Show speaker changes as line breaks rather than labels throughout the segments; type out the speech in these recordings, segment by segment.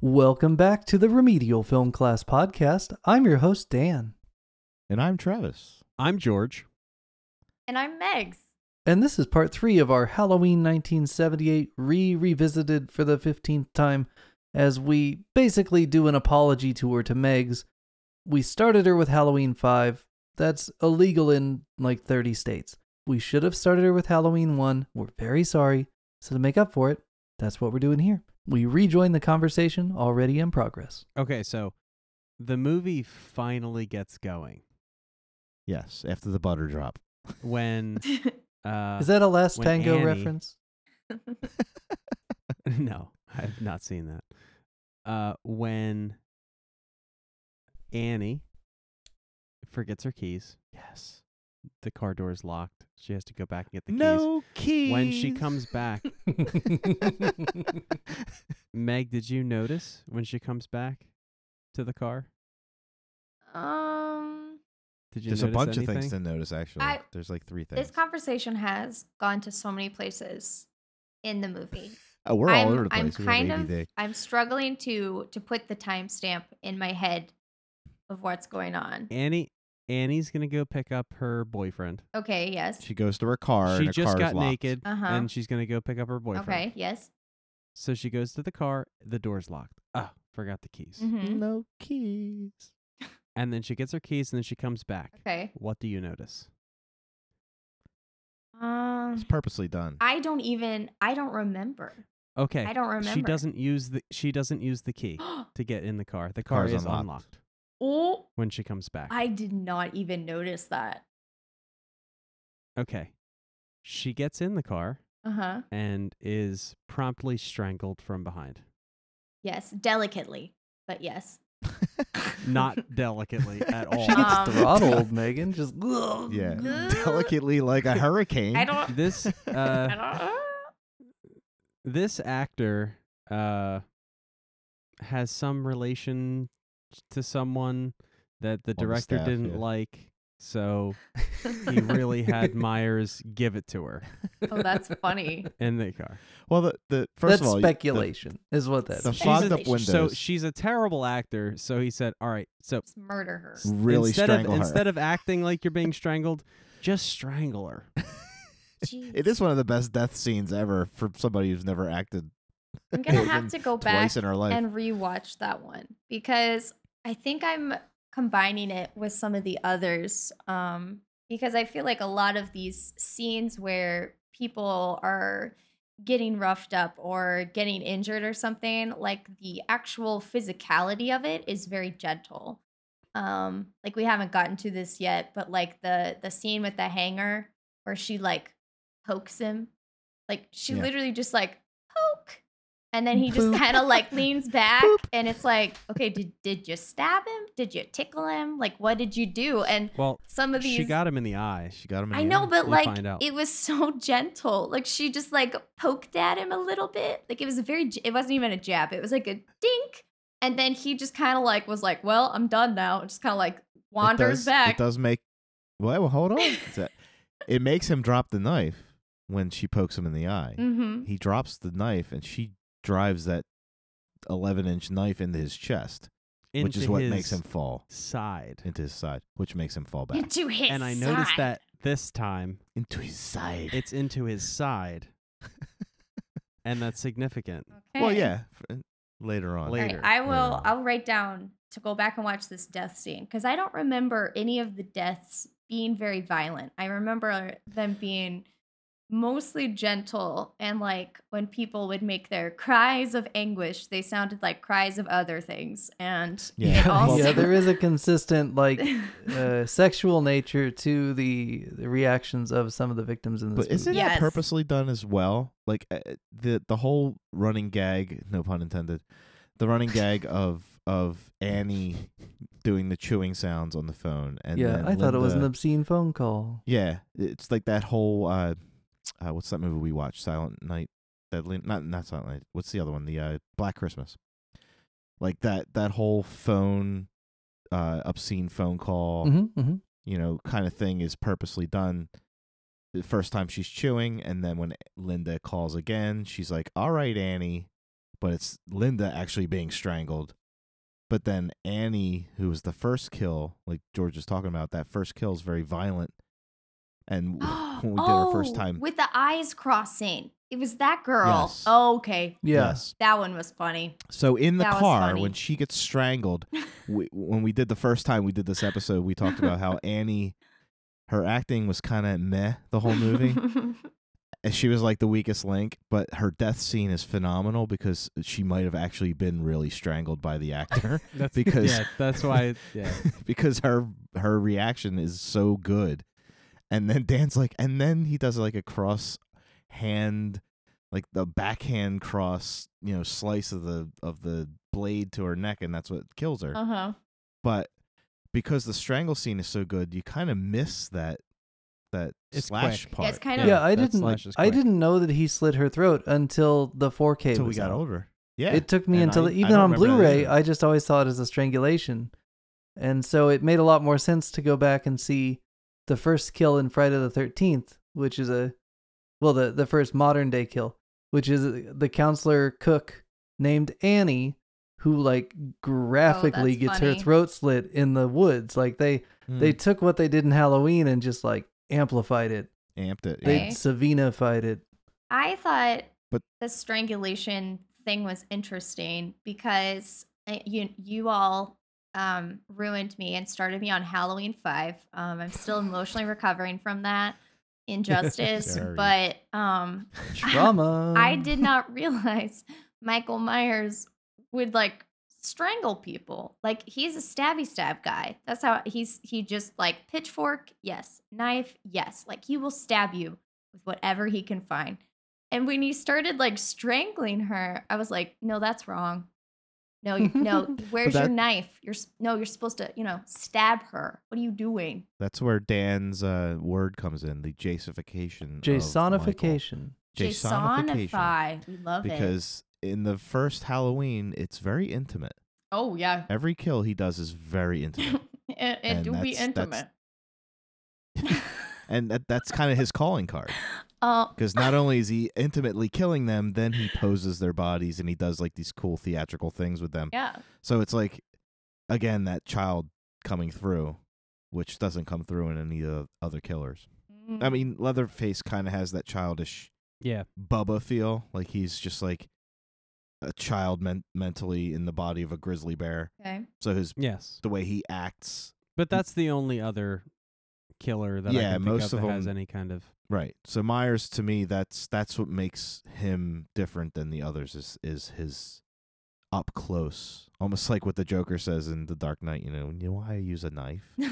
Welcome back to the Remedial Film Class Podcast. I'm your host, Dan.
And I'm Travis.
I'm George.
And I'm Megs.
And this is part three of our Halloween 1978 re revisited for the 15th time as we basically do an apology tour to Megs. We started her with Halloween 5. That's illegal in like 30 states. We should have started her with Halloween 1. We're very sorry. So, to make up for it, that's what we're doing here. We rejoin the conversation already in progress.
Okay, so the movie finally gets going
Yes, after the butter drop.
when uh
Is that a Last
when
Tango
Annie-
reference?
no, I've not seen that. Uh when Annie forgets her keys. Yes. The car door is locked. She has to go back and get the
key.
keys. When she comes back, Meg, did you notice when she comes back to the car?
um,
Did you
There's a
notice
bunch of
anything?
things to notice, actually.
I-
There's like three things.
this conversation has gone to so many places in the movie.
oh, we're
I'm,
all over the place.
I'm
We have
kind of,
ADD.
I'm struggling to to put the timestamp in my head of what's going on.
Annie Annie's gonna go pick up her boyfriend.
Okay. Yes.
She goes to her car.
she
and her
just
car's
got
locked.
naked
Uh-huh.
and she's gonna go pick up her boyfriend.
Okay. Yes.
So she goes to the car. The door's locked. Ah, forgot the keys.
hmm
No keys.
And then she gets her keys and then she comes back.
Okay.
What do you notice?
Um,
It's purposely done.
I don't even. I don't remember.
Okay.
I don't remember.
She doesn't use the she doesn't use the key to get in the car. The car
car's
is
unlocked.
unlocked.
oh,
when she comes back.
I did not even notice that.
okay. She gets in the car
Uh huh.
and is promptly strangled from behind.
Yes. Delicately, but yes.
Not delicately at all.
She gets
Um,
throttled, Megan. Just
yeah.
Ugh.
Delicately like a hurricane.
I don't.
This uh
I don't.
this actor uh has some relation to someone that the
the
director
staff,
didn't
yeah.
like so he really had myers give it to her
Oh, that's funny.
in the car
Well, the, the first
That's
of all, y- the-
speculation, is what that
The
is.
She's
fogged
a-
up windows
so she's a terrible actor so he said all right so
Just murder her.
really
instead of
strangle her.
instead of acting like you're being strangled just strangle her
it is one of the best death scenes ever for somebody who's never acted
I'm gonna
even
have to go back
twice in her life.
and rewatch that one because I think I'm combining it with some of the others. Um, because I feel like a lot of these scenes where people are getting roughed up or getting injured or something, like the actual physicality of it is very gentle. Um, like we haven't gotten to this yet, but like the the scene with the hanger where she like pokes him, like she
Yeah.
literally just like poke, and then he just
Poop.
kind of like leans back, and it's like, okay, did did you stab him? Did you tickle him? Like, what did you do? And
well
some of these
she got him in the eye
she got him. In
I
the
know,
eye.
but
You
like
find out.
it was so gentle. Like she just like poked at him a little bit. Like it was a very. j- It wasn't even a jab. It was like a dink, and then he just kind of like was like, "Well, I'm done now." And just kind of like
It
wanders
does- It
back.
does make. Well, hold on. It's a- it makes him drop the knife when she pokes him in the eye.
Mm-hmm.
He drops the knife, and she drives that eleven-inch knife into his chest, which is
into
what
his
makes him fall
side
into his side, which makes him fall back
Into his
and i noticed
side.
that this time
into his side.
it's into his side and that's significant
Well,
Okay.
yeah, f- uh, later on.
All right,
later,
I
later
will.
on.
I'll write down to go back and watch this death scene because I don't remember any of the deaths being very violent. I remember them being mostly gentle and like when people would make their cries of anguish, they sounded like cries of other things. And
Yeah.
it also,
yeah, there is a consistent like uh, sexual nature to the, the reactions of some of the victims in this
But isn't
movie.
that
Yes.
purposely done as well? Like uh, uh, the the whole running gag, no pun intended, the running gag of of Annie doing the chewing sounds on the phone, and
yeah, I
then
thought it was an
Linda-
obscene phone call.
yeah. It's like that whole uh, uh, what's that movie we watched? Silent Night, Deadly not not Silent Night. What's the other one? The uh, Black Christmas. Like that that whole phone, uh, obscene phone call
hmm hmm
you know, kind of thing is purposely done. The first time she's chewing, and then when Linda calls again, she's like, "All right, Annie, but it's Linda actually being strangled. But then Annie, who was the first kill, like George is talking about, that first kill is very violent. And uh, when we did our first
Oh,
time,
with the eyes crossing. It was that girl.
Yes.
Oh, okay,
Yeah.
yes.
that one was funny.
So in the
That was
car,
funny.
when she gets strangled, we, when we did the first time we did this episode, we talked about how Annie, her acting was kind of meh the whole movie. and she was like the weakest link, but her death scene is phenomenal because she might have actually been really strangled by the actor
That's
Because-
yeah, that's why. Yeah,
because her her reaction is so good. And then Dan's like, and then he does like a cross hand, like the backhand cross, you know, slice of the of the blade to her neck, and that's what kills her.
uh huh.
But because the strangle scene is so good, you kind of miss that that
It's
slash
quick.
part.
Yeah, it's kind
Yeah,
of.
I
that
didn't.
slash is
I
quick.
didn't know that he slit her throat until the 4K.
until we
was
got
out.
older. Yeah,
It took me
And
until
I- I
even
don't
on
remember that
Blu-ray,
either.
I just always saw it as a strangulation, and so it made a lot more sense to go back and see the first kill in Friday the Thirteenth, which is a well, the the first modern day kill, which is the counselor cook named Annie, who like graphically
that's
gets her
funny.
throat slit in the woods. Like they they
Mm.
took what they did in Halloween and just like amplified it.
amped it.
They
Okay.
Savinified it.
I thought
But-
the strangulation thing was interesting because uh, you you all um, ruined me and started me on Halloween Five. Um, I'm still emotionally recovering from that injustice,
Sorry.
but um,
Trauma.
Um,
I did not realize Michael Myers would like strangle people. Like he's a stabby stab guy. That's how he's he just like pitchfork, yes, knife, yes. Like he will stab you with whatever he can find. And when he started like strangling her, I was like, no, that's wrong. No, you, no. Where's your
that-
knife? You're s- no. You're supposed to, you know, stab her. What are you doing?
That's where Dan's uh, word comes in, the Jasonification. of Michael.
Jasonification.
Jasonification.
Jasonify. We love it.
Because in the first Halloween, it's very intimate.
Oh yeah.
Every kill he does is very intimate.
it it
And
do be
that's- that's-
intimate.
and that, that's kind of his calling card.
Oh,
Because not only is he intimately killing them, then he poses their bodies and he does like these cool theatrical things with them.
yeah.
So it's like, again, that child coming through, which doesn't come through in any of the other killers.
Mm, Mm-hmm.
I mean, Leatherface kind of has that childish
yeah.
Bubba feel. Like he's just like a child men- mentally in the body of a grizzly bear.
okay.
So his
Yes,
the way he acts,
but that's the only other killer that
Yeah,
I can think
most
of,
of
that has
'em-
any kind of.
right? So Myers to me, that's that's what makes him different than the others is is his up close, almost like what the Joker says in The Dark Knight. You know, you know why I use a knife? you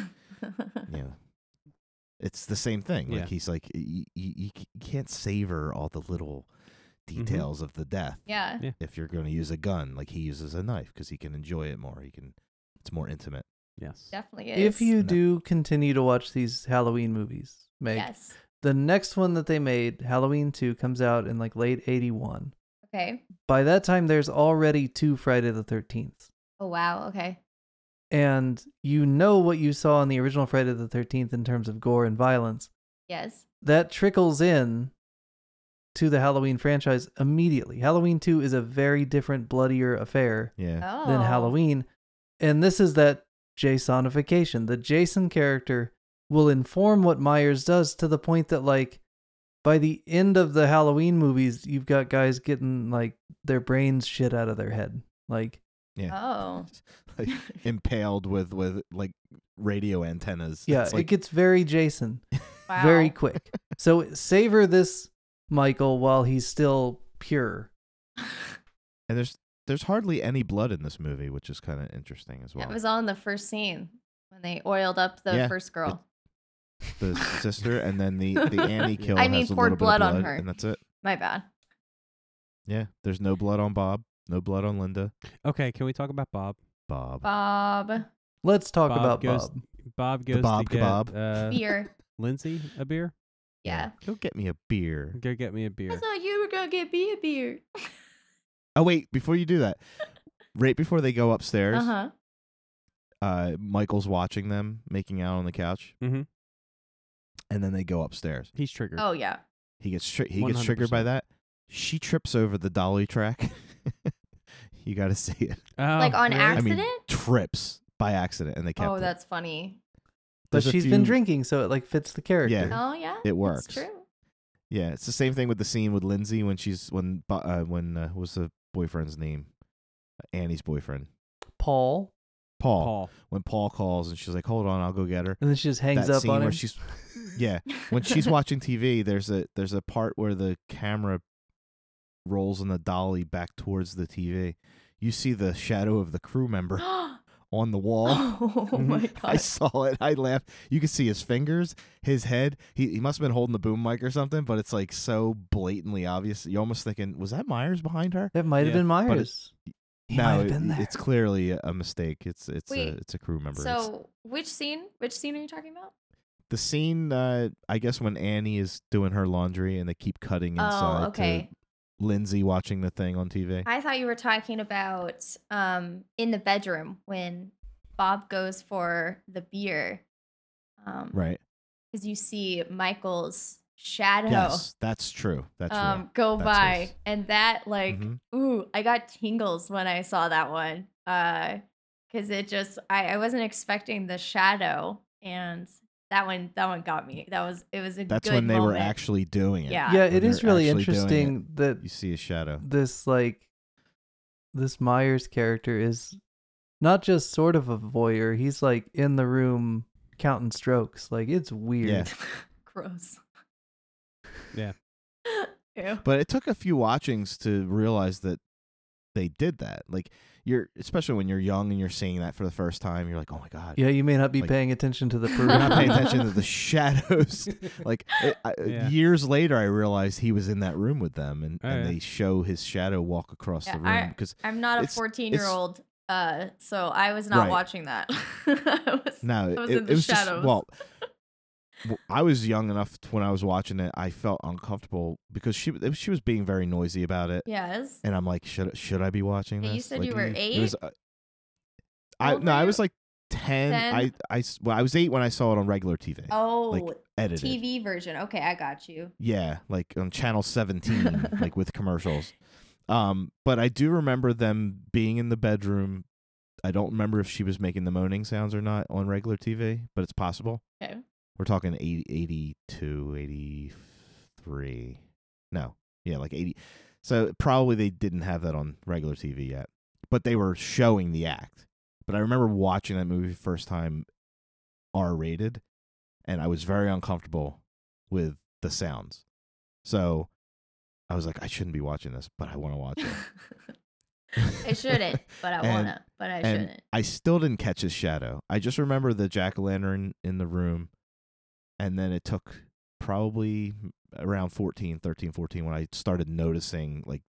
know, it's the same thing.
Yeah.
Like he's like you, you, you can't savor all the little details of the death.
yeah.
Yeah.
if you're going to use a gun, like he uses a knife because he can enjoy it more. He can, it's more intimate.
Yes.
Definitely is.
If you
And that-
do continue to watch these Halloween movies, Meg,
Yes.
the next one that they made, Halloween 2, comes out in like late 81.
Okay.
By that time, there's already two Friday the 13th.
Oh wow. Okay.
And you know what you saw in the original Friday the 13th in terms of gore and violence.
Yes.
That trickles in to the Halloween franchise immediately. Halloween 2 is a very different, bloodier affair
Yeah.
Oh.
than Halloween. And this is that Jasonification. The Jason character will inform what Myers does to the point that, like, by the end of the Halloween movies, you've got guys getting, like, their brains shit out of their head. Like,
Yeah.
Oh.
like, impaled with, with like radio antennas.
yeah,
It's
it
like,
gets very Jason
Wow.
very quick. so savor this, Michael, while he's still pure.
and there's, there's hardly any blood in this movie, which is kind of interesting as well.
That was all in the first scene when they oiled up the
Yeah.
first girl.
the sister and then the, the Annie kill.
I
has
mean,
a little
poured
bit of
blood on her.
And that's it.
My bad.
Yeah. There's no blood on Bob. No blood on Linda.
Okay, can we talk about Bob?
Bob.
Bob.
Let's talk
Bob
about
goes-
Bob.
Bob goes
Bob
to get
kebab.
Uh,
Beer.
Lindsay a beer.
Yeah.
Go get me a beer.
Go get me a beer.
I thought you were gonna get me a beer.
Oh, wait. Before you do that, right before they go upstairs,
Uh huh.
uh, Michael's watching them making out on the couch,
Mm-hmm.
Mhm.
and then they go upstairs.
He's triggered.
Oh yeah.
He gets tri- he gets triggered by
100%.
that. She trips over the dolly track, You got to see it.
Oh,
like on
I mean,
accident.
trips by accident, and they kept.
oh,
it.
that's funny.
But
There's a
she's been
few-
drinking, so it like fits the character.
Yeah.
Oh yeah,
It works.
It's true.
Yeah, it's the same thing with the scene with Lindsay when she's when bu- uh, when uh, what was the boyfriend's name? Annie's boyfriend,
Oh.
Paul,
Paul.
Paul.
When Paul calls and she's like, "Hold on, I'll go get her."
and then she just hangs
that
up
scene
on
where
him.
she's yeah, when she's watching TV, there's a there's a part where the camera rolls in the dolly back towards the TV. You see the shadow of the crew member
oh
on the
Oh
wall.
my god.
Mm-hmm. I saw it. I laughed. You can see his fingers, his head. He he must have been holding the boom mic or something, but it's like so blatantly obvious. You're almost thinking, was that Myers behind her?
that might have
Yeah,
been
but it-
Myers. He might have been
it-
there.
it's clearly a mistake. It's it's
Wait,
a it's a crew member. It's-
So which scene? Which scene are you talking about?
the scene, uh, I guess, when Annie is doing her laundry and they keep cutting inside.
oh,
to
okay.
Lindsay watching the thing on TV.
I thought you were talking about um in the bedroom when Bob goes for the beer. Um,
right.
Because you see Michael's shadow.
Yes, that's true. That's
um
right.
go
That's
by
his.
and that like
Mhm.
ooh i got tingles when i saw that one uh because it just I, I wasn't expecting the shadow and that one that one got me that was it was a
That's
good
when they were
moment.
actually doing it.
Yeah.
yeah,
when
it is
they're
really
actually doing it.
interesting that
You see a shadow.
this like this Myers character is not just sort of a voyeur. He's like in the room counting strokes. Like it's weird.
Yeah.
gross
Yeah.
Ew.
But it took a few watchings to realize that they did that. Like you're especially when you're young and you're seeing that for the first time, you're like, "Oh my god."
Yeah, you may not be
Like-
paying attention to the
You're
proof.
You're not paying attention to the shadows. like it, I,
Yeah.
years later I realized he was in that room with them and,
Oh,
and
yeah.
they show his shadow walk across
Yeah,
the
I-
room because
i'm not a
It's-
14 year old uh so i was not
Right.
watching that I was-
No,
I was
it,
in the
it was
shadows.
just well. w- I was young enough t- when I was watching it. I felt uncomfortable because she it- she was being very noisy about it,
yes
and I'm like, should should I be watching
But
this?
you said
Like,
you were
it was, uh, I
old were
no, I
you?
was like ten.
10?
I I s- well, I was eight when I saw it on regular TV,
oh
edited.
tv version okay i got you
Yeah, like on channel 17 like with commercials. Um but I do remember them being in the bedroom. I don't remember if she was making the moaning sounds or not on regular TV, but it's possible.
Okay.
We're talking 80, 82, 83. No. Yeah, like 80. So probably they didn't have that on regular TV yet, but they were showing the act. But I remember watching that movie first time R rated and I was very uncomfortable with the sounds. So I was like, I shouldn't be watching this, but I want to watch it.
I shouldn't, but I
And-
wanna, but I
and
shouldn't.
I still didn't catch his shadow. I just remember the jack o' lantern in the room. And then it took probably around 14, 13, 14 when I started noticing like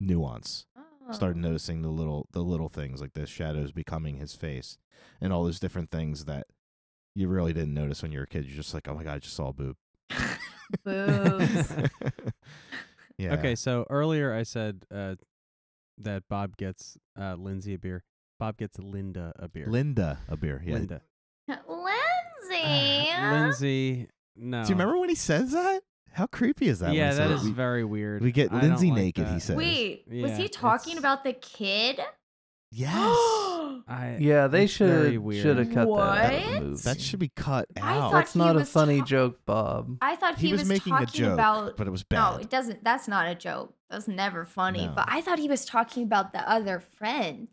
nuance, started
Oh.
noticing the little the little things like the shadows becoming his face and all those different things that you really didn't notice when you were a kid. You're just like, oh my God, I just saw a boob.
Boobs.
yeah.
Okay, so earlier I said uh, that Bob gets uh, Lindsay a beer. Bob gets Linda a beer.
Linda, a beer. Yeah.
Linda.
Lindsay.
Ah, Lindsay. No.
Do you remember when he says that? How creepy is that?
yeah,
when he
that
says
is
We-
very weird.
we get
I
Lindsay
don't like
naked, he
that.
said.
Wait, was
Yeah,
he talking
it's-
about the kid?
Yes.
I,
Yeah, they
It's very
should
weird.
should have cut that out of the
What?
movie.
that should be cut
I
out.
thought
That's
he
not a
was
funny
ta-
joke, Bob.
I thought
he,
he,
was, making a
talking
joke,
about.
but it was
No,
bad.
it doesn't. That's not a joke. That's never funny.
No.
But I thought he was talking about the other friend,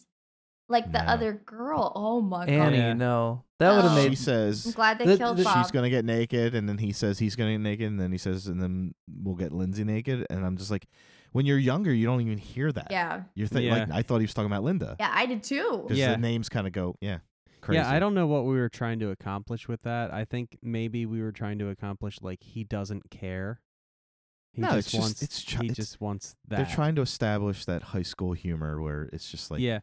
like the
No.
other girl. Oh my
Annie,
god!
Yeah.
no, that would have
Oh.
she
made.
I'm
says
glad they
Th-
killed
th-
Bob.
she's gonna get naked, and then he says he's gonna get naked, and then he says, and then we'll get Lindsay naked, and I'm just like, when you're younger, you don't even hear that.
Yeah,
You're thinking like
Yeah.
I thought he was talking about Linda
yeah, I did too.
because
Yeah.
the names kind of go yeah crazy.
Yeah, I don't know what we were trying to accomplish with that. I think maybe we were trying to accomplish like he doesn't care. He
No,
just
it's just-
wants
it's chi-
he
it's-
just wants that.
They're trying to establish that high school humor where it's just like
yeah,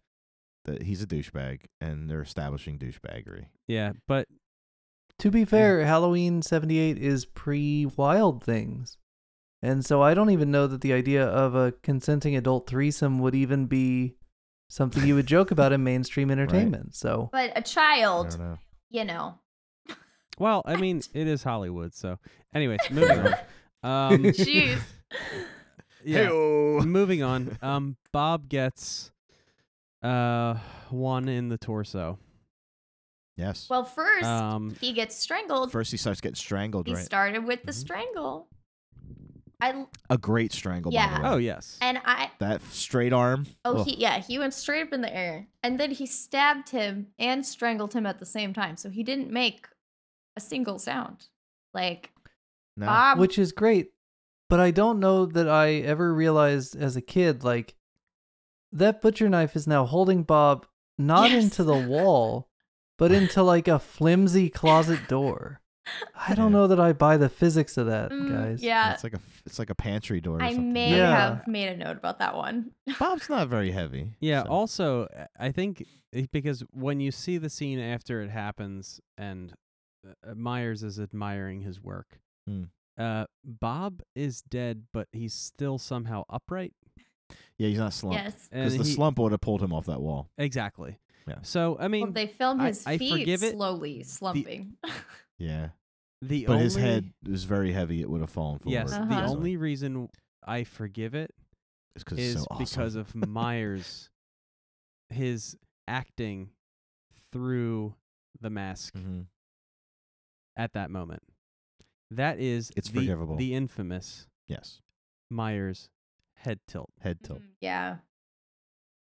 that he's a douchebag, and they're establishing douchebaggery.
yeah, but
To be fair, Halloween '78 is pre Wild Things, and so I don't even know that the idea of a consenting adult threesome would even be something you would joke about in mainstream entertainment. So
But a
I
child,
don't know.
you know.
well, I mean, it is Hollywood, so anyways, moving on. Um
Jeez.
yeah,
Hey-o.
moving on. Um Bob gets Uh, one in the torso.
Yes.
Well, first
Um,
he gets strangled.
First, he starts getting strangled,
he
right?
started with the
Mhm.
strangle. I
a great strangle, by
Yeah.
the way.
oh yes.
and I
That straight arm.
oh
Ugh.
he yeah he went straight up in the air and then he stabbed him and strangled him at the same time. So he didn't make a single sound. Like
No.
Bob,
which is great. But I don't know that I ever realized as a kid, like, that butcher knife is now holding Bob not
Yes.
into the wall, but into like a flimsy closet door. I don't
Yeah.
know that I buy the physics of that,
mm,
guys.
yeah,
It's like a f- it's like a pantry door. Or
I
something.
may
Yeah.
have made a note about that one.
Bob's not very heavy.
Yeah.
so-
Also, uh, I think it- because when you see the scene after it happens, and uh, Myers is admiring his work,
Hmm.
uh, Bob is dead, but he's still somehow upright.
yeah, he's not slumped.
Yes.
and
Because the
he-
slump would have pulled him off that wall.
Exactly.
Yeah.
So I mean,
Well, they filmed
I-
his
I
feet
forgive it.
slowly slumping.
Yeah.
the
But
only
his head was very heavy. It would have fallen forward.
yes,
Uh-huh.
the
easily.
only reason I forgive it
It's because
is
it's so awesome.
because of Myers, his acting through the mask
Mhm.
at that moment. That is
It's
the,
forgivable.
the infamous
Yes.
Myers head tilt.
Head tilt.
Mm, yeah.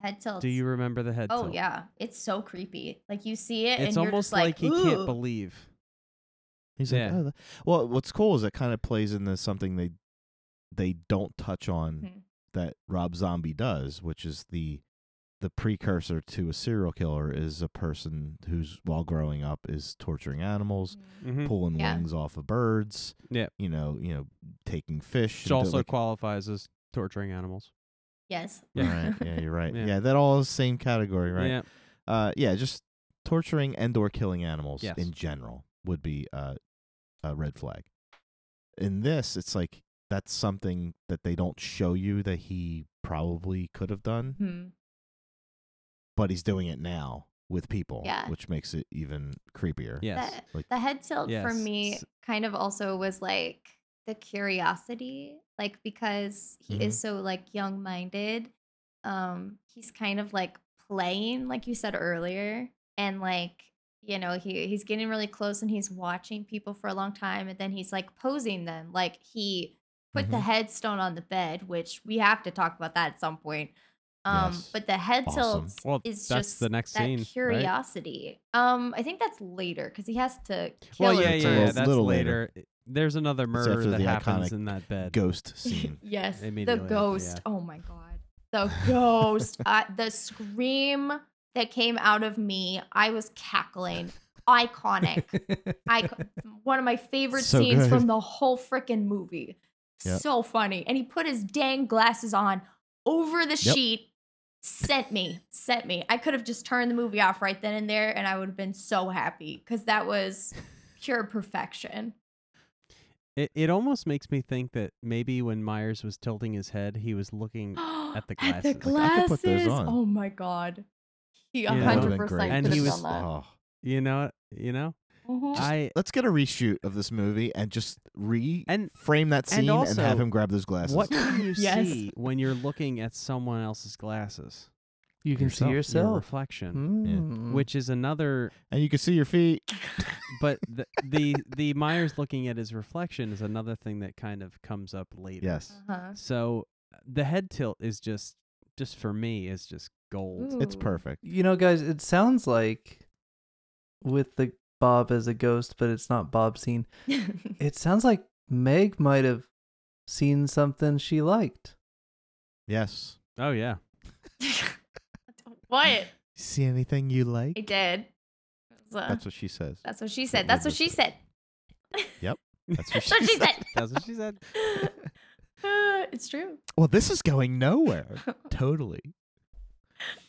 Head tilt.
Do you remember the head
Oh
tilt?
yeah, it's so creepy. Like you see it, and
It's
you're
almost
just like,
he can't
"Ooh."
believe.
He's
Yeah.
like, "Oh, that-" well, what's cool is it kind of plays into something they they don't touch on
Mhm.
that Rob Zombie does, which is the the precursor to a serial killer is a person who's while growing up is torturing animals,
Mm.
Mhm.
pulling
Mm-hmm. Yeah.
wings off of birds,
Yep.
you know, you know, taking fish.
Which
and do-
also
like-
qualifies as torturing animals.
Yes.
right, yeah, you're right.
Yeah.
yeah. that all is same category, right?
Yeah.
uh yeah just torturing and or killing animals
Yes.
in general would be uh, a red flag in this it's like that's something that they don't show you that he probably could have done
Mhm.
but he's doing it now with people
Yeah.
which makes it even creepier
Yes.
The,
like-
the head tilt for
Yes.
me
S-
kind of also was like the curiosity, like because he is
Mm-hmm.
so like young minded. Um, he's kind of like playing, like you said earlier, and like you know he he's getting really close and he's watching people for a long time, and then he's like posing them, like he put the
Mm-hmm.
Mhm.
headstone on the bed, which we have to talk about that at some point. Um,
Yes.
but the head
Awesome.
tilts
Well,
is
that's
just
the next
that
scene, right?
curiosity. Um, I think that's later because he has to kill
Well,
her
yeah,
It's
yeah,
a
yeah,
little-
That's
little
later.
later.
There's another murder
after
that
the
happens
iconic
in that bed.
ghost
first.
scene
yes, the
Immediately after,
ghost.
yeah.
Oh my god, the ghost. uh, the scream that came out of me. I was cackling. Iconic. I one of my favorite
So
scenes
good.
from the whole freaking movie.
Yep.
So funny. And he put his dang glasses on over the
Yep.
sheet. Sent me, sent me. I could have just turned the movie off right then and there, and I would have been so happy because that was pure perfection.
It it almost makes me think that maybe when Myers was tilting his head, he was looking
At
the
At the
glasses.
Like, I could put those on.
glasses. Oh my god. He
Yeah,
a
that
That would've
hundred
been great.
percent
And
could
he
have
was-
done that.
oh,
you know, you know?
Mhm.
I
let's get a reshoot of this movie and just re
And-
frame that scene and,
also,
have him grab those glasses
what can you
Yes.
see when you're looking at someone else's glasses?
you can see
your
yourself.
Hmm?
reflection,
Hmm.
Mm.
which is another
and you can see your feet
but the, the the Myers looking at his reflection is another thing that kind of comes up later.
yes
Uh-huh.
So uh, the head tilt is just just for me is just gold.
Ooh.
it's perfect
You know, guys, it sounds like with the Bob as a ghost, but it's not Bob scene. It sounds like Meg might have seen something she liked.
yes
Oh yeah.
what?
See anything you
I
like?
did. It was, uh,
That's what she says.
That's what she
That
said. That's what
was
she
the-
said.
That's what
That's what she said.
That's what she said.
Uh, it's true.
Well, this is going nowhere. totally.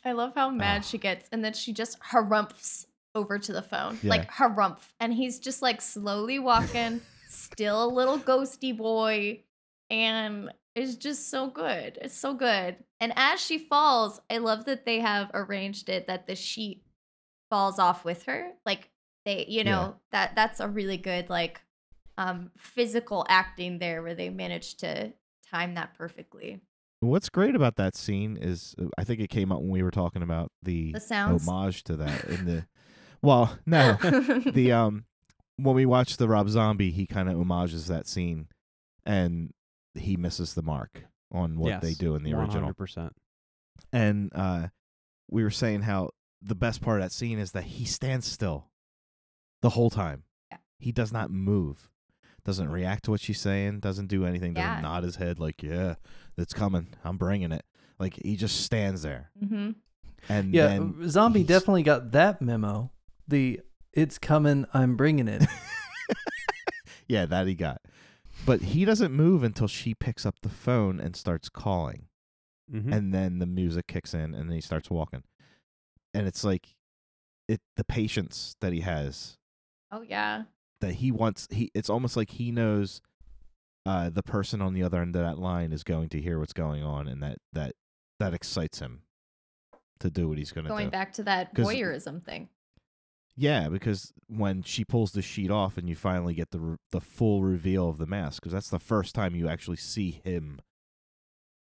I love how mad
Ah.
she gets, and then she just harumphs over to the phone,
Yeah.
like harumph, and he's just like slowly walking, still a little ghosty boy, and it's just so good. It's so good. And as she falls, I love that they have arranged it that the sheet falls off with her. Like they, you know, that that's a really good like um physical acting there where they managed to time that perfectly.
What's great about that scene is uh, I think it came up when we were talking about the,
The sounds.
homage to that in the well, no. the um when we watch the Rob Zombie, he kind of homages that scene and he misses the mark on what they
Yes,
do in the original.
100%.
And uh we were saying how the best part of that scene is that he stands still the whole time.
Yeah.
He does not move. Doesn't react to what she's saying, doesn't do anything, doesn't
Yeah.
nod his head like, "Yeah, it's coming. I'm bringing it." Like he just stands there.
hmm
And
yeah, um, uh,
then
Zombie
he's-
definitely got that memo. The it's coming, I'm bringing it.
Yeah, that he got. But he doesn't move until she picks up the phone and starts calling.
Mm-hmm.
And then the music kicks in and he starts walking. And it's like it the patience that he has
Oh yeah.
that he wants he it's almost like he knows uh the person on the other end of that line is going to hear what's going on and that that that excites him to do what he's going to
Going
do.
back to that
'Cause-
voyeurism thing.
Yeah, because when she pulls the sheet off and you finally get the re- the full reveal of the mask, because that's the first time you actually see him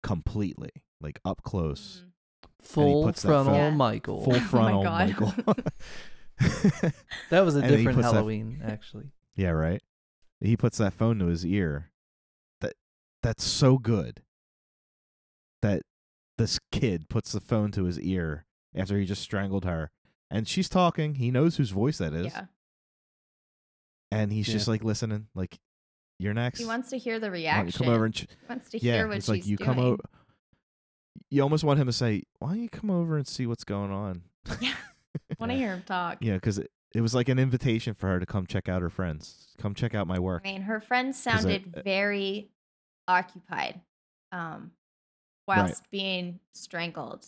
completely, like up close,
Mhm.
Full
puts that phone-
frontal
Yeah.
Michael.
full
Oh my
frontal,
God.
Michael.
That was a
And then he
different
puts that-
Halloween, actually.
yeah, right. He puts that phone to his ear. That that's so good. That this kid puts the phone to his ear after he just strangled her, and she's talking. He knows whose voice that is,
Yeah.
and he's
Yeah.
just like listening, like. You're next.
He wants to hear the
Why don't
reaction.
you come over and ch-
He wants to
yeah,
hear what
it's
she's
like you
doing.
come over. You almost want him to say, "Why don't you come over and see what's going on?"
Yeah. Want to hear him talk.
Yeah, because it, it was like an invitation for her to come check out her friends, come check out my work.
I mean, her friends
I-
sounded very occupied um, whilst being strangled.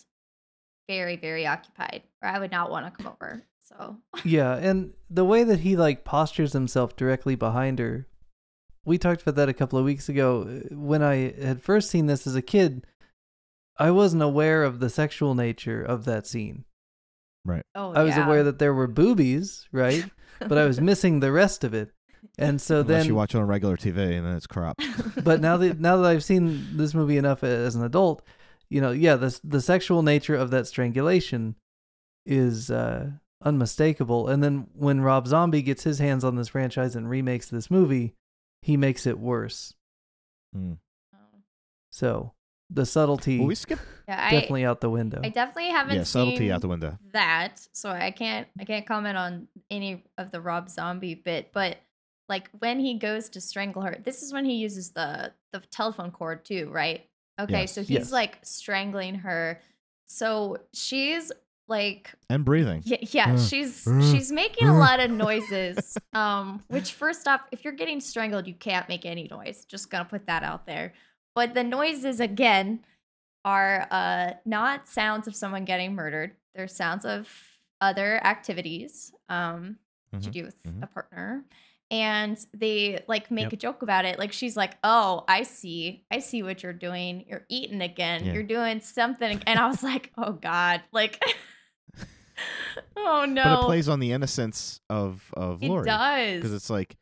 Very, very occupied. Or I would not want to come over. So,
Yeah, and the way that he like postures himself directly behind her. We talked about that a couple of weeks ago. uh, When I had first seen this as a kid, I wasn't aware of the sexual nature of that scene.
oh,
I was
yeah.
aware that there were boobies, right? but I was missing the rest of it. And so
Unless
then
you watch it on regular TV and then it's cropped.
but now that now that I've seen this movie enough as an adult, you know, yeah, the the sexual nature of that strangulation is uh, unmistakable. And then when Rob Zombie gets his hands on this franchise and remakes this movie, he makes it worse.
Mm.
So the subtlety
Well, we skip.
Oh, Yeah, I definitely,
definitely uh, out the window.
I definitely haven't
Yeah, subtlety
seen
out the window.
that, so I can't I can't comment on any of the Rob Zombie bit, but like when he goes to strangle her, this is when he uses the the telephone cord too, right? Okay, so
Yes.
he's
Yes.
like strangling her. So she's like
And breathing.
yeah, yeah
Uh,
she's
uh,
she's making a
uh.
lot of noises. Um, which first off, if you're getting strangled, you can't make any noise. Just gonna put that out there. But the noises again are uh not sounds of someone getting murdered. They're sounds of other activities um to
Mhm,
do with
mhm.
a partner. And they like make
Yep.
a joke about it. Like she's like, "Oh, I see, I see what you're doing. You're eating again.
Yeah.
You're doing something." And I was like, "Oh God!" Like, oh no.
But it plays on the innocence of of
It
Lori because
does.
it's like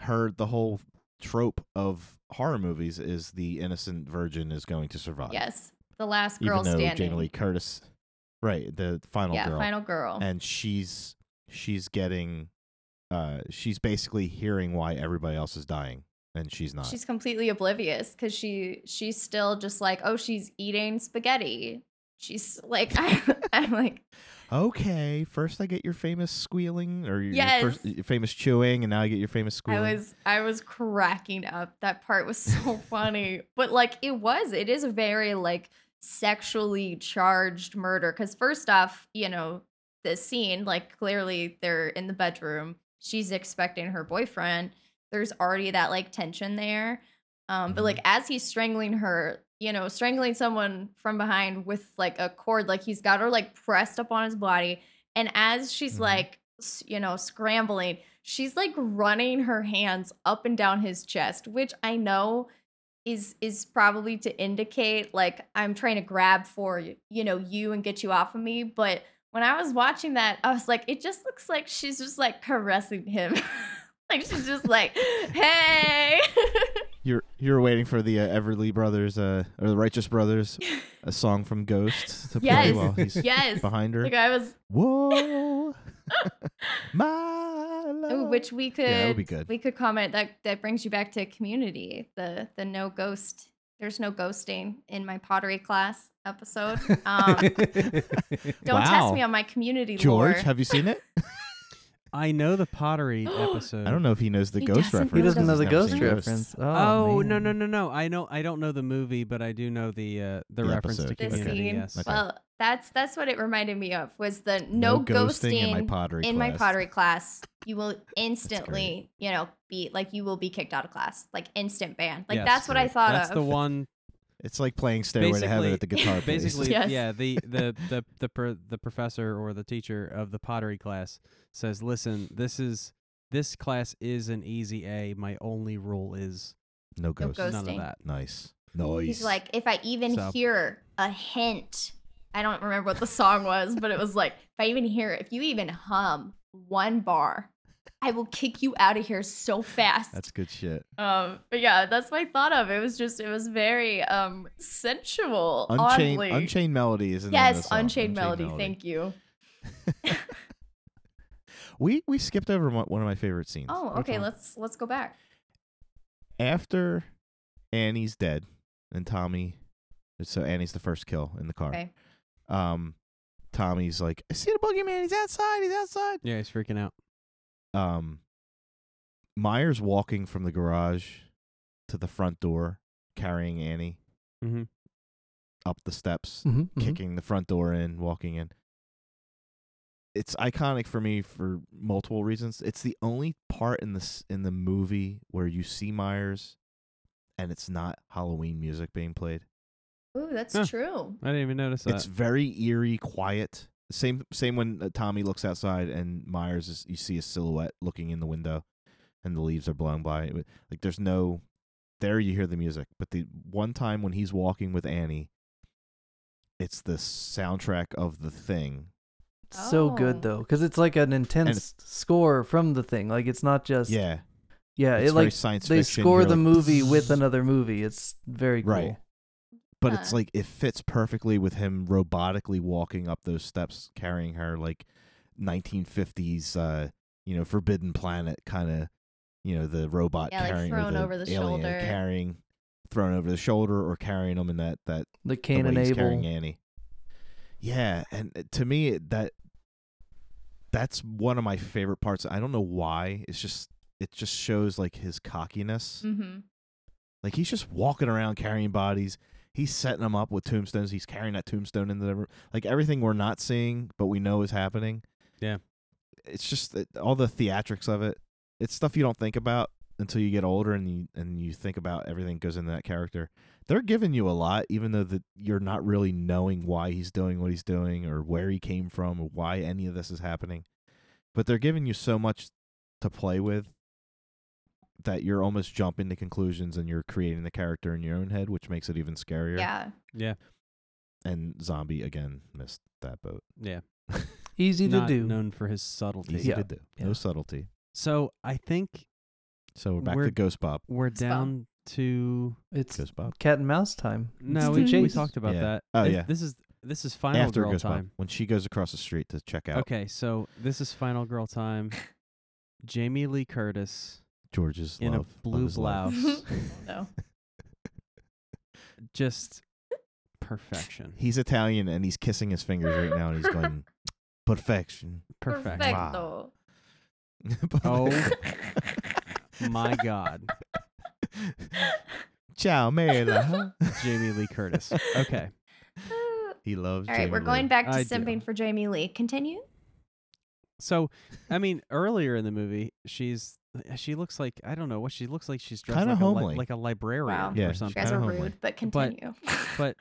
her. The whole trope of horror movies is the innocent virgin is going to survive.
yes, the last
even
girl
though
standing.
Jamie Lee Curtis, right, the final
yeah,
girl,
final girl.
and she's she's getting, uh, she's basically hearing why everybody else is dying, and she's not.
she's completely oblivious because she she's still just like, oh, she's eating spaghetti. She's like, I, I'm like,
okay, first I get your famous squealing or your,
Yes.
first, your famous chewing, and now I get your famous squealing.
I was I was cracking up. That part was so funny. But like it was, it is a very like sexually charged murder. Cause first off, you know, the scene, like clearly they're in the bedroom. She's expecting her boyfriend. There's already that like tension there. Um, but like as he's strangling her, you know, strangling someone from behind with like a cord, like he's got her like pressed up on his body. And as she's
Mhm.
like, s- you know, scrambling, she's like running her hands up and down his chest, which I know is is probably to indicate like I'm trying to grab for y- you know you and get you off of me. But when I was watching that, I was like, it just looks like she's just like caressing him. like she's just like, hey.
You're you're waiting for the uh, Everly Brothers uh, or the Righteous Brothers, a song from Ghost to play
Yes.
while he's
yes.
behind her.
Like I was
Whoa, my love.
Ooh, Oh, which we could
Oh, that would be good.
we could comment that that brings you back to community the the no ghost there's no ghosting in my pottery class episode um, don't
Wow.
test me on my community
George,
lore.
have you seen it?
I know the pottery episode.
I don't know if he knows the
He
Ghost
doesn't
he
reference.
doesn't know the
He's never
ghost
seen
reference.
Oh,
Oh,
no
man.
no no no! I know I don't know the movie, but I do know the uh, the,
The
reference
episode.
the
to
Okay.
Community.
scene
Yes.
Okay.
well that's that's what it reminded me of was the
No,
no, ghosting,
in my pottery.
in my
class.
pottery class you will instantly you know be like you will be kicked out of class like instant ban like
Yes,
that's what i
great.
thought
That's
of
the one.
It's like playing Stairway to Heaven at the
Basically-
guitar. place.
Basically,
Yes.
yeah. The the the the pro- the professor or the teacher of the pottery class says, "Listen, this is this class is an easy A. My only rule is
no
no
ghost.
ghosting
none of that."
Nice, nice.
He's like, if I even
So-
hear a hint, I don't remember what the song was, but it was like, if I even hear, if you even hum one bar, I will kick you out of here so fast.
that's good shit.
um, but yeah, that's my thought of it. Was just, it was very um sensual,
Unchained,
oddly.
Unchained Melody is in
yes, Unchained Melody. Thank you.
We we skipped over mo- one of my favorite scenes.
Oh,
Which
okay.
one?
Let's let's go back.
After Annie's dead and Tommy, so Annie's the first kill in the car.
Okay.
Um, Tommy's like, I see the boogeyman. He's outside. He's outside.
Yeah, he's freaking out.
Um, Myers walking from the garage to the front door, carrying Annie
Mm-hmm.
up the steps,
Mhm, mhm.
kicking the front door in, walking in. It's iconic for me for multiple reasons. It's the only part in this in the movie where you see Myers, and it's not Halloween music being played.
Ooh, that's
Huh.
true.
I didn't even notice that.
it's very eerie, quiet. Same same when uh, Tommy looks outside and Myers is you see his silhouette looking in the window, and the leaves are blown by. It w- Like there's no there you hear the music, but the one time when he's walking with Annie, it's the soundtrack of the thing.
so
Oh.
good though, because it's like an intense score from the thing. Like it's not just
Yeah,
yeah.
it's
It
very
like
science
they
fiction.
score
You're
the
like,
movie with another movie. It's very cool.
Right. but it's
Huh.
like it fits perfectly with him robotically walking up those steps carrying her like 1950s uh you know forbidden planet kind of you know the robot
Yeah, like
carrying or
thrown
the
over the
alien
shoulder.
carrying thrown over the shoulder or carrying him in that that
Like
the
Cain
way
and
he's
Abel.
carrying Annie. Yeah, and uh, to me it- that that's one of my favorite parts. I don't know why. It's just it just shows like his cockiness.
Mm-hmm.
Like he's just walking around carrying bodies. He's setting them up with tombstones. He's carrying that tombstone into the room. Like everything we're not seeing, but we know is happening.
Yeah.
It's just that all the theatrics of it. It's stuff you don't think about until you get older and you and you think about everything goes into that character. They're giving you a lot, even though that you're not really knowing why he's doing what he's doing or where he came from or why any of this is happening. But they're giving you so much to play with that you're almost jumping to conclusions and you're creating the character in your own head, which makes it even scarier.
Yeah.
yeah,
And zombie again missed that boat.
yeah.
Easy to
Not
do.
known for his subtlety.
Easy
Yeah.
to do.
Yeah.
No subtlety.
So I think
So we're back
We're-
to Ghost Bob.
we're
Spell.
down to
It's
Ghost Bob.
cat and mouse time.
no.
It's the
We, we
chase.
talked about
Yeah.
that.
Oh,
This-
yeah.
This is this is final
After
girl
Ghost Bob,
time.
when she goes across the street to check out
Okay, so this is final girl time. Jamie Lee Curtis
George's
in a
love,
blue
love is love.
blouse.
No.
just perfection.
He's Italian and he's kissing his fingers right now and he's going perfection.
Perfection.
Perfecto.
Oh. My God.
Ciao, Mela.
Jamie Lee Curtis. Okay.
Uh, All
He loves.
right, we're
Jamie
going
Lee.
back to
I do.
simping for Jamie Lee. Continue.
So, I mean, earlier in the movie, she's she looks like I don't know what she looks like. She's dressed
Kinda
like a, li-
homely.
like a librarian
Wow.
Yeah,
or
she
You
something.
guys
Kinda
are
homely.
rude, but continue.
But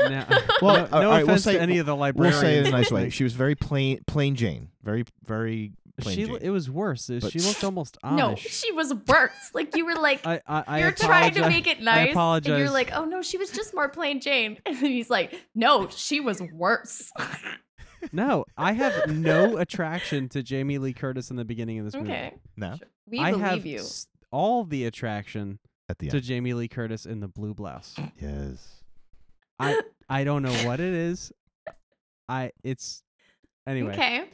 now,
Well,
no,
all
no
right, we'll
offense
say-
to any of the
We'll
librarians.
say it in a nice way.
listening.
She was very plain, plain Jane. Very, very plain
She
Jane.
it was worse. It-
But-
she looked almost Amish.
no, she was worse. Like you were like
I, I, I
you're trying to make
apologize.
it nice. And
apologize.
you're like, oh no, she was just more plain Jane. And then he's like, no, she was worse.
No, I have no attraction to Jamie Lee Curtis in the beginning of this movie.
okay.
no.
We
I
believe
have
you.
s- all the attraction
at the
to
end.
Jamie Lee Curtis in the blue blouse.
yes.
I I don't know what it is. I it's anyway.
Okay.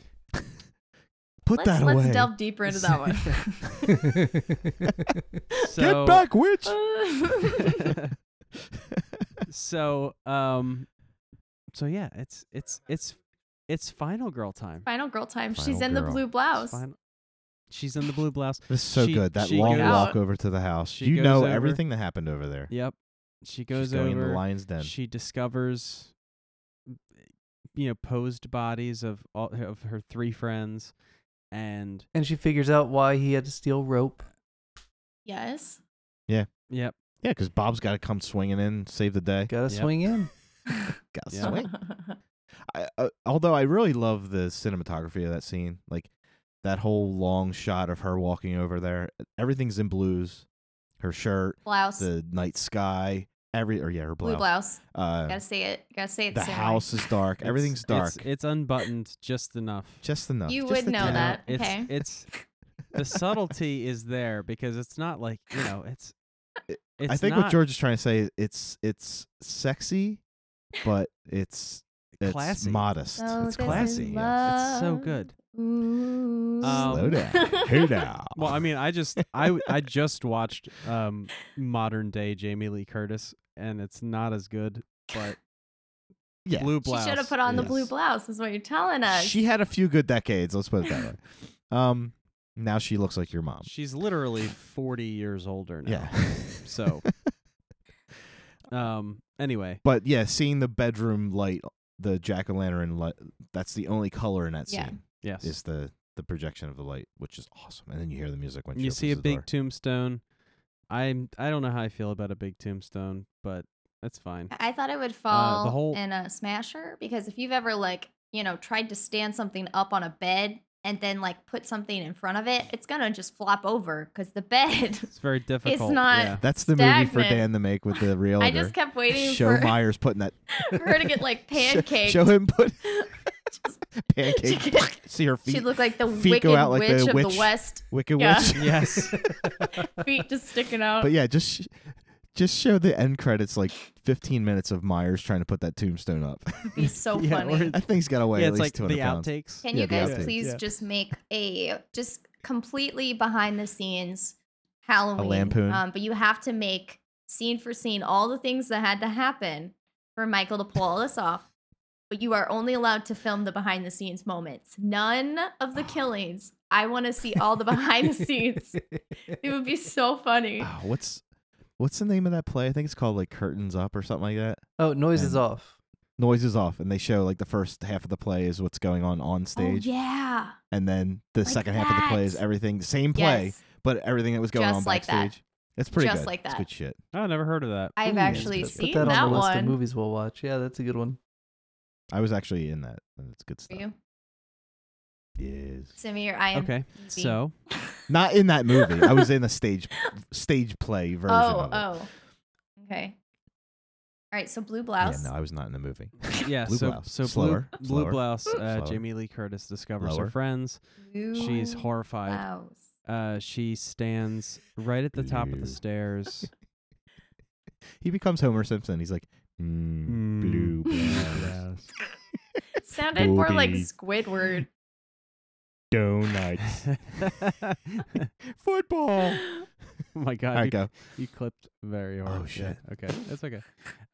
Put
Let's,
that
let's
away.
delve deeper into that one.
Get
So
back, witch.
so um so yeah, it's it's it's it's final girl time.
Final girl time.
Final
She's in the
girl.
blue
It's
blouse.
fin- She's in the blue blouse.
this is so
She-
good. That
she
long
goes-
walk over to the house.
She
you
goes
know
over-
everything that happened over there.
Yep. She
She's
goes
going into the
over.
lion's den.
She discovers, you know, posed bodies of all of her three friends, and
And she figures out why he had to steal rope.
Yes.
yep,
yeah, because Bob's got to come swinging in, save the day.
Gotta
Yep.
swing in.
Got to
Yeah.
swing. I, uh, although I really love the cinematography of that scene, like that whole long shot of her walking over there. E, Everything's in blues. Her shirt,
blouse.
the night sky, every or yeah, her blouse.
Blue blouse.
Uh,
Gotta say it. Gotta say it.
the
same way.
house is dark.
It's-
Everything's dark.
It's, it's unbuttoned just enough.
just enough.
You
just
would
the
know
tip.
that.
It's
okay.
it's the subtlety is there because it's not like you know it's.
It-
It's
I think
not
what George is trying to say is it's it's sexy, but it's it's
classy.
modest.
So
it's
Oh, this is
classy. yes.
It's so
love.
good.
Ooh.
Um,
Slow down. Hey now.
Well, I mean, I just I w- I just watched um modern day Jamie Lee Curtis, and it's not as good, but
Yeah.
blue
She
blouse.
should have put on the
is-
blue blouse, is what you're telling us.
She had a few good decades. Let's put it that way. Um, now she looks like your mom.
She's literally forty years older now.
Yeah.
So, um. Anyway,
but yeah, seeing the bedroom light, the jack o' lantern light, that's the only color in that
Yeah.
scene
yes,
is the the projection of the light, which is awesome. And then you hear the music when she
you see a
opens the
big
door.
tombstone. I'm. I don't know how I feel about a big tombstone, but that's fine.
I I thought it
Uh,
would fall
whole-
in a smasher because if you've ever like you know tried to stand something up on a bed and then like put something in front of it, it's gonna just flop over because the bed.
It's very difficult.
not-
Yeah.
That's the movie for
stagnant.
Dan to make with the realtor.
I just kept waiting
Show
for,
Myers putting that
for her to get like pancakes.
Show, show him put
Just-
pancake.
she get-
see her
She
feet.
looked like the
feet go
wicked
out like the
witch of
witch.
the west,
Wicked
Yeah.
witch.
Yes.
feet just sticking out.
But yeah, just sh- just show the end credits like 15 minutes of Myers trying to put that tombstone up.
It'd be so
Yeah,
funny.
or-
that thing's got to weigh
yeah,
at
it's
least
like the
200 pounds.
outtakes.
Can
Yeah,
you
the
guys
outtakes.
please
Yeah.
just make a just completely behind the scenes Halloween?
lampoon?
Um, but you have to make scene for scene all the things that had to happen for Michael to pull all this off. But you are only allowed to film the behind the scenes moments. None of
Ah.
the killings. I want to see all the behind the scenes. It would be so funny.
Ah, what's what's the name of that play? I think it's called like Curtains Up or something like that.
Oh, noise is
And-
off.
Noise is off, and they show like the first half of the play is what's going on on stage,
Oh yeah.
and then the
Like
second half of the play is
that.
everything. Same play,
Yes.
but everything that was going
Just
on
like that.
backstage. It's pretty
Just
good.
like
It's
that.
good shit.
Oh, I never heard of that.
I've
Ooh,
actually
that's good.
seen
Put that on
that,
the list of
one.
movies we'll watch. Yeah, that's a good one.
I was actually in that. and It's good
For
stuff.
you.
Yes.
Send me your IMDb.
Okay, so
Not in that movie. I was in a stage stage play version
Oh,
of it.
oh. Okay. All right, so blue
Yeah,
blouse.
no, I was not in the movie.
yeah,
Blue
so
blouse.
so
Slower,
blue,
slower,
blue blouse. Uh,
slower.
Jamie Lee Curtis discovers
Lower.
her friends. She's
Blue
horrified.
blouse.
Uh, she stands right at the top of
Blue.
the stairs.
He becomes Homer Simpson. He's like, mm, blue
Mm,
blouse,
It sounded more like
Booby.
Squidward.
donuts, football.
oh,
oh my god,
All right,
you,
go. Oh,
you clipped very hard. Yeah,
shit.
okay, that's okay.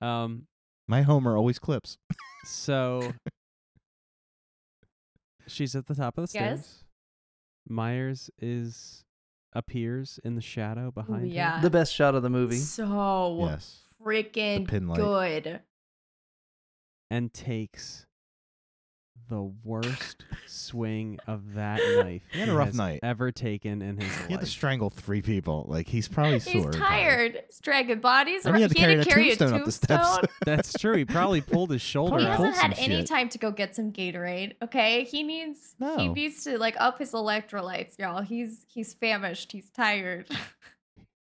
Um,
My Homer always clips.
so she's at the top of the stairs.
Yes.
Myers is appears in the shadow behind
yeah.
her.
The best shot of the movie.
So
Yes. The pin
freaking
light.
good.
and takes the worst swing of that knife
He had a rough
has
night.
ever taken in his
He had to
life.
strangle three people. Like he's probably
He's
sore. and
tired. He's dragging bodies.
And he had
around.
to
He had
carry
to carry a
that tombstone
tombstone.
up the steps.
That's true. He probably pulled his shoulder
he
Or
out.
pulled
hasn't had
some
any
shit.
time to go get some Gatorade. Okay, he needs he
No.
needs to like up his electrolytes, y'all. He's he's famished. He's tired.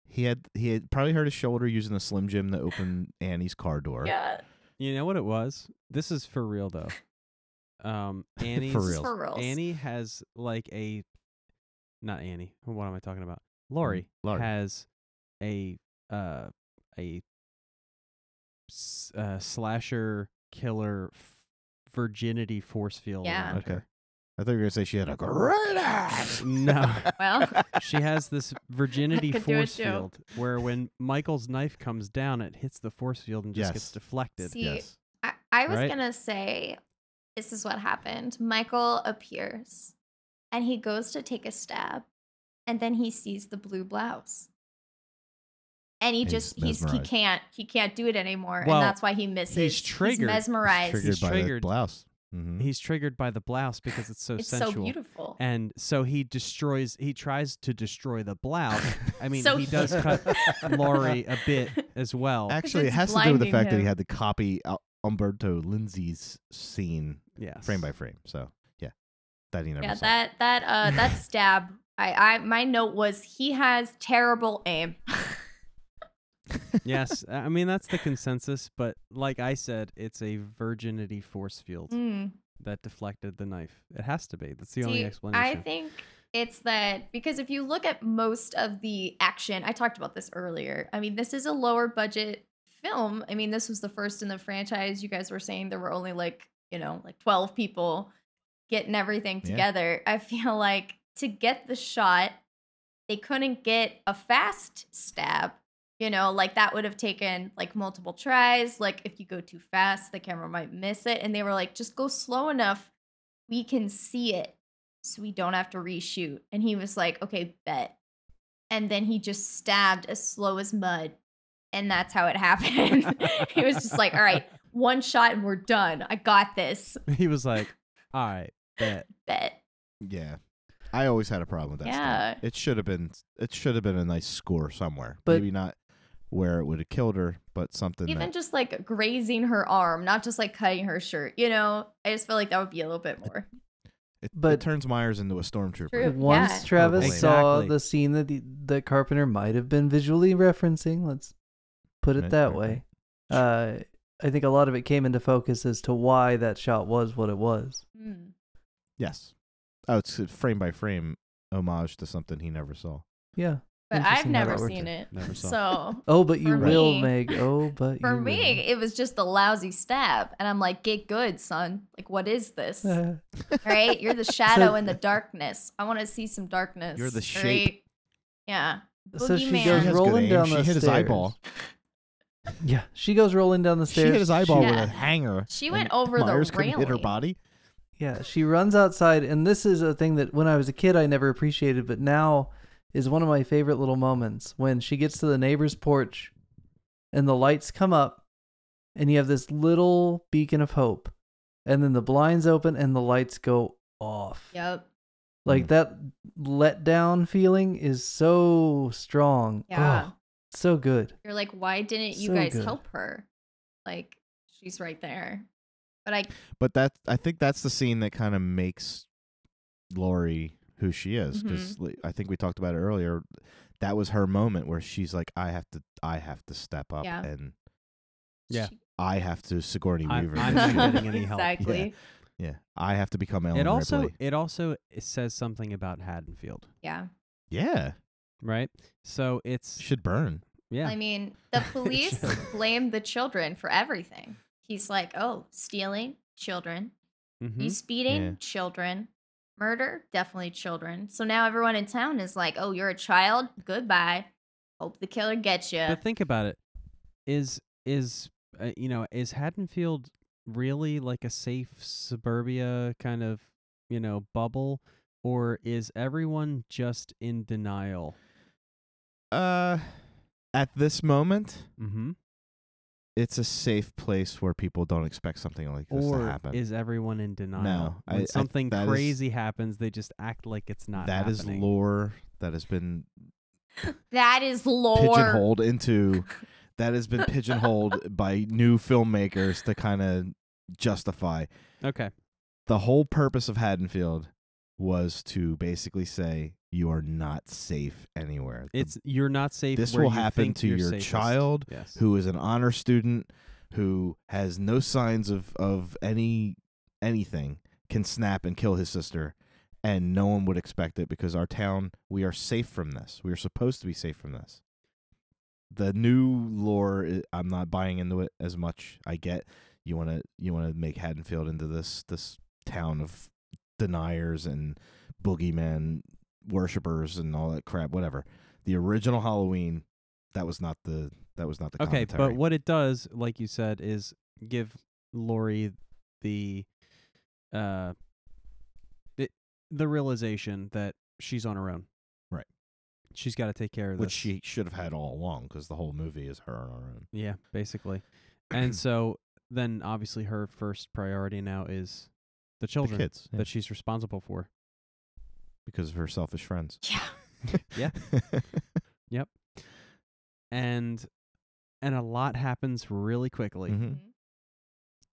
He had he had probably hurt his shoulder using the Slim Jim to open Annie's car door.
yeah,
You know what it was? This is for real though. Um Annie's
For
this is
reals.
for reals.
Annie has like
Mm-hmm.
a not Annie. What am I talking about? Lori,
Laurie.
has a uh a s- uh, slasher killer f- virginity force field.
Yeah.
around
Okay.
her.
I thought you were gonna say she had a great ass.
No.
Well,
She has this virginity
could do it
force
too.
field where when Michael's knife comes down, it hits the force field and just
Yes.
gets deflected.
See,
yes.
I, I was
Right?
gonna say this is what happened. Michael appears and he goes to take a stab, and then he sees the blue blouse. And he
He's
just he's he
mesmerized.
can't he can't do it anymore,
Well,
and that's why he misses.
triggered. He's
mesmerized.
Triggered by
triggered.
the blouse. Mm-hmm.
He's triggered by the blouse because it's so
It's
sensual.
so beautiful.
And so he destroys he tries to destroy the blouse. I mean
So
he does
he-
cut Laurie a bit as well.
Actually, it
it's
has to do with the
blinding
fact that he
him.
had to copy Al- Umberto Lindsay's scene
yes.
frame by frame. So yeah, that he never
yeah,
saw.
that that uh that stab. I I my note was he has terrible aim.
yes. I mean that's the consensus, but like I said, it's a virginity force field
Mm.
that deflected the knife. It has to be. That's the
See,
only explanation.
I think it's that because if you look at most of the action, I talked about this earlier. I mean, this is a lower budget film. I mean, this was the first in the franchise. You guys were saying there were only like, you know, like 12 people getting everything
Yeah.
together. I feel like to get the shot, they couldn't get a fast stab. You know, like that would have taken like multiple tries. Like if you go too fast, the camera might miss it. And they were like, just go slow enough. We can see it so we don't have to reshoot. And he was like, okay, bet. And then he just stabbed as slow as mud. And that's how it happened. he was just like, all right, one shot and we're done. I got this.
he was like, "All right, bet."
Bet.
yeah, I always had a problem with that. stuff.
Yeah.
it should have been. It should have been a nice score somewhere.
But-
Maybe not where it would have killed her, but something
Even
that
just like grazing her arm, not just like cutting her shirt. You know, I just feel like that would be a little bit more.
it, it
But-
turns Myers into a stormtrooper.
True.
Once
Yeah.
Travis
Totally.
saw
Exactly.
the scene that the, that Carpenter might have been visually referencing, let's put it
Right,
that
right,
way. Uh, I think a lot of it came into focus as to why that shot was what it was.
Hmm.
Yes. Oh, it's a frame by frame homage to something he never saw.
Yeah.
But I've
Interesting how
never
that worked.
seen it.
Never saw.
So
Oh, but you
For
will,
me-
Meg. Oh, but
for
you
me, it was just a lousy stab. And I'm like, get good, son. Like, what is this?
will.
right? You're the shadow in the darkness. I want to see some darkness.
You're the
all
shape.
right? Yeah.
So she goes
Boogeyman.
She has good
rolling
aim.
down
She
the
hit
stairs.
his eyeball.
Yeah, she goes rolling down the
She
stairs.
hit his eyeball
Yeah.
with a hanger.
She went
and
over the
Myers couldn't Hit her
railing.
body.
Yeah, she runs outside, and this is a thing that when I was a kid I never appreciated, but now is one of my favorite little moments when she gets to the neighbor's porch and the lights come up, and you have this little beacon of hope, and then the blinds open and the lights go off.
Yep.
Like
Mm.
that letdown feeling is so strong.
Yeah.
Oh, so good.
You're like, why didn't you
So
guys
good.
help her? Like, she's right there. But I,
But that I think that's the scene that kind of makes Lori who she is
Mm-hmm.
because I think we talked about it earlier. That was her moment where she's like, I have to, I have to step up
Yeah.
and
Yeah.
she-
I have to Sigourney
I-
Weaver.
I'm
this
not
shit."
getting any help.
Exactly.
yeah, I have to become Ellen
it also
Ripley.
it also says something about Haddonfield,
Yeah.
Yeah,
right? So it's
should burn.
yeah.
I mean, the police
Sure.
blame the children for everything. He's like, oh, stealing children.
mhm.
You speeding?
Mm-hmm. Yeah.
Children. Murder? Definitely children. So now everyone in town is like, oh, you're a child? Goodbye. Hope the killer gets you.
But think about it. Is is uh, you know is Haddonfield really like a safe suburbia kind of you know bubble, or is everyone just in denial?
Uh, at this moment,
Mm-hmm.
it's a safe place where people don't expect something like this to
Or
happen.
is everyone in denial?
I-
when
I-
something
that is-
crazy happens, they just act like it's not.
That is
happening.
lore that has been
that is lore.
pigeonholed into that has been pigeonholed by new filmmakers to kind of justify
Okay.
the whole purpose of Haddonfield was to basically say you are not safe anywhere. The-
It's you're not safe.
this
where
will
you
happen
think
to
you're
your
safest.
child
Yes.
who is an honor student who has no signs of of any anything can snap and kill his sister and no one would expect it because our town we are safe from this. We are supposed to be safe from this. the new lore i- i'm not buying into it as much i get you want to you want to make haddonfield into this this town of deniers and boogeyman worshippers and all that crap whatever the original halloween that was not the that was not the
Okay,
commentary.
but what it does, like you said, is give Lori the uh the, the realization that she's on her own.
Right.
She's got to take care of
which
this.
she should have had all along because the whole movie is her on her own
Yeah, basically. and so then obviously her first priority now is
The
the children
kids yeah,
that she's responsible for.
because of her selfish friends
Yeah.
Yeah. And and a lot happens really quickly.
Mm-hmm.
Mhm.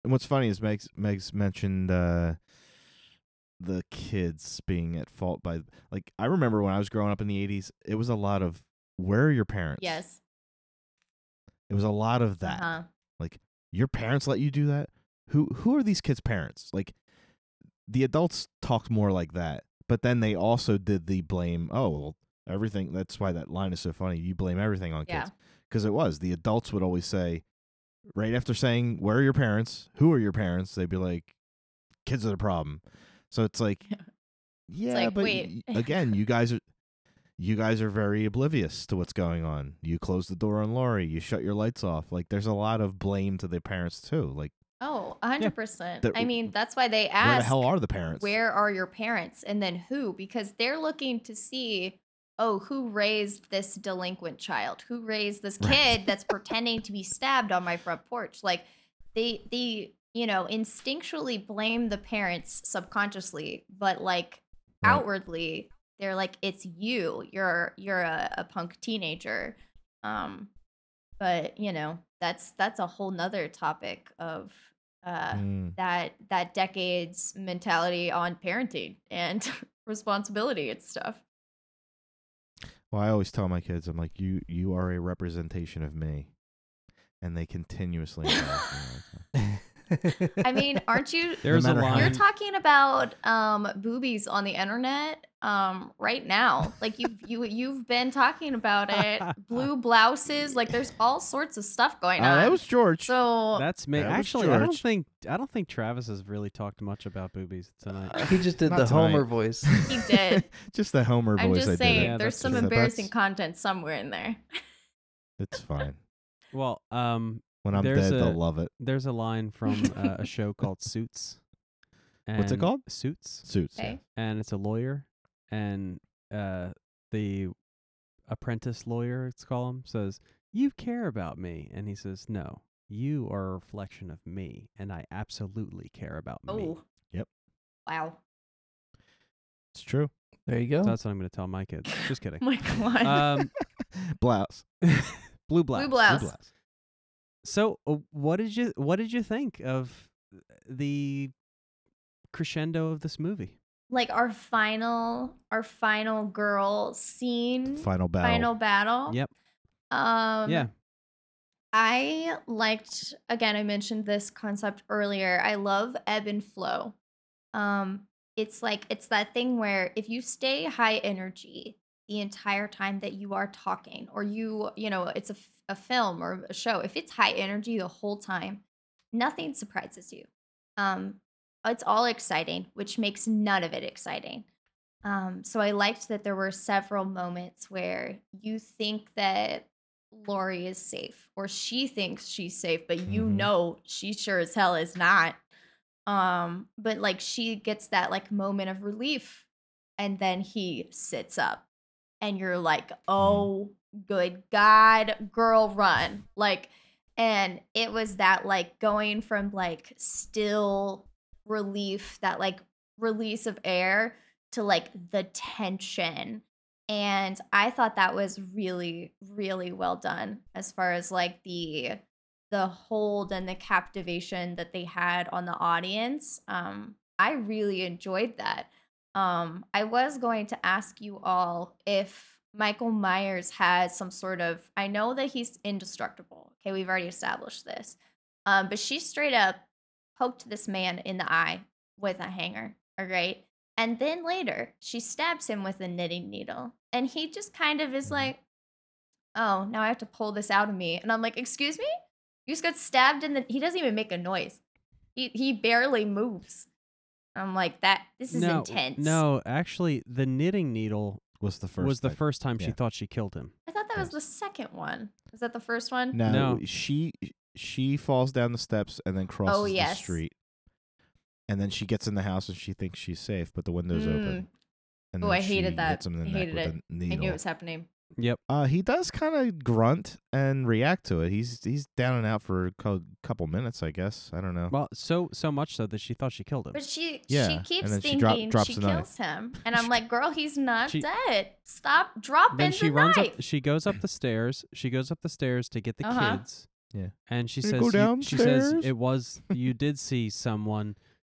And what's funny is Meg's Meg's mentioned uh, the kids being at fault by like I remember when I was growing up in the eighties, it was a lot of where are your parents?
Yes.
It was a lot of that.
Uh-huh.
Your parents let you do that? Who who are these kids' parents? Like the adults talked more like that, but then they also did the blame, oh well, everything that's why that line is so funny. You blame everything on
Yeah.
kids. Because it was. The adults would always say, right after saying, Where are your parents? Who are your parents? They'd be like, Kids are the problem. So it's like Yeah,
like,
but
wait.
y- again, you guys are you guys are very oblivious to what's going on. You close the door on Laurie, you shut your lights off. Like there's a lot of blame to the parents too. Like
Oh, a hundred
Yeah.
percent.
That-
I mean, that's why they
where the
ask
hell are the parents?
where are your parents and then who because they're looking to see oh who raised this delinquent child who raised this kid
Right.
that's pretending to be stabbed on my front porch like they they you know instinctually blame the parents subconsciously but like
Right.
outwardly they're like it's you you're you're a, a punk teenager um but you know that's that's a whole nother topic of uh
Mm,
that that decade's mentality on parenting and responsibility and stuff.
Well, I always tell my kids, I'm like, you you are a representation of me. And they continuously embarrass me all the time.
I mean, aren't you
There's a
matter how
line.
many-
you're talking about um boobies on the internet um right now. Like you you you've been talking about it. Blue blouses, like there's all sorts of stuff going
Uh,
on.
that was George.
so
That's me.
That was
Actually, I don't
George.
think I don't think Travis has really talked much about boobies tonight.
he just did
Not
the
tonight.
Homer voice.
He did.
just the Homer
I'm
voice. I
just
did it.
saying
Yeah,
there's
that's
some
true.
embarrassing
That's-
content somewhere in there.
It's fine.
Well, um,
When I'm
There's
dead,
a-
they'll love it.
there's a line from uh, a show called Suits.
What's it
and-
called?
Suits,
Suits. yeah.
Okay.
and it's a lawyer, and uh, the apprentice lawyer, let's call him, says, "You care about me," and he says, "No, you are a reflection of me, and I absolutely care about me."
Oh.
Yep.
Wow.
It's true.
There you go.
So that's what I'm going to tell my kids. Just kidding.
Oh My
Uh,
God.
um,
Blouse.
blue blouse.
blouse.
So, uh, what did you what did you think of the crescendo of this movie?
like our final our final girl scene
Final battle.
Mm-hmm. final battle
Yep.
um
yeah.
i liked again i mentioned this concept earlier i love ebb and flow um it's like it's that thing where if you stay high energy the entire time that you are talking or you you know it's a, f- a film or a show if it's high energy the whole time nothing surprises you um it's all exciting which makes none of it exciting um so i liked that there were several moments where you think that lori is safe or she thinks she's safe but you
Mhm.
know she sure as hell is not um but like she gets that like moment of relief and then he sits up and you're like oh good god girl run like and it was that like going from like still relief that like release of air to like the tension and i thought that was really really well done as far as like the the hold and the captivation that they had on the audience. Um, I really enjoyed that. Um, I was going to ask you all if Michael Myers has some sort of. I know that he's indestructible. Okay, we've already established this. Um, but she straight up poked this man in the eye with a hanger. All right. And then later, she stabs him with a knitting needle. And he just kind of is
Mhm.
like, oh, now I have to pull this out of me. And I'm like, excuse me? You just got stabbed in the he doesn't even make a noise. He he barely moves. I'm like, that this is
no,
intense.
No, actually, the knitting needle
Was the first?
was the
thing.
first time she
yeah.
thought she killed him.
I thought that was the second one. Was that the first one?
No,
No.
she she falls down the steps and then crosses the
Oh, yes.
street, and then she gets in the house and she thinks she's safe, but the window's open. And
Oh,
then
Mm. I hated
she
that.
hits him in the
I
neck
hated
with a
I
needle.
knew it was happening.
Yep.
Uh, he does kind of grunt and react to it. He's he's down and out for a cou- couple minutes, I guess. I don't know.
Well, so so much so that she thought she killed him.
But she
Yeah,
she
and
keeps
then she
thinking
drop- drops
she
the knife.
kills him. And I'm like, girl, he's not
She-
dead. Stop dropping
then she
the
runs
knife.
up. She goes up the stairs. She goes up the stairs to get the
Uh-huh.
kids.
Yeah.
And she
You
says,
go
you- she says
downstairs?
it was you did see someone.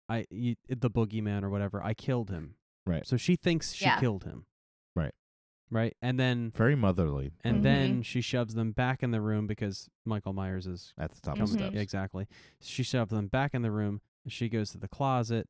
I you, the boogeyman or whatever. I killed him.
Right.
So she thinks she
Yeah.
killed him.
Right.
Right. And then
Very motherly
and
Mhm.
then she shoves them back in the room because Michael Myers is
at the top of
comes
the
Mhm.
down-
steps.
Exactly. She shoves them back in the room. And she goes to the closet,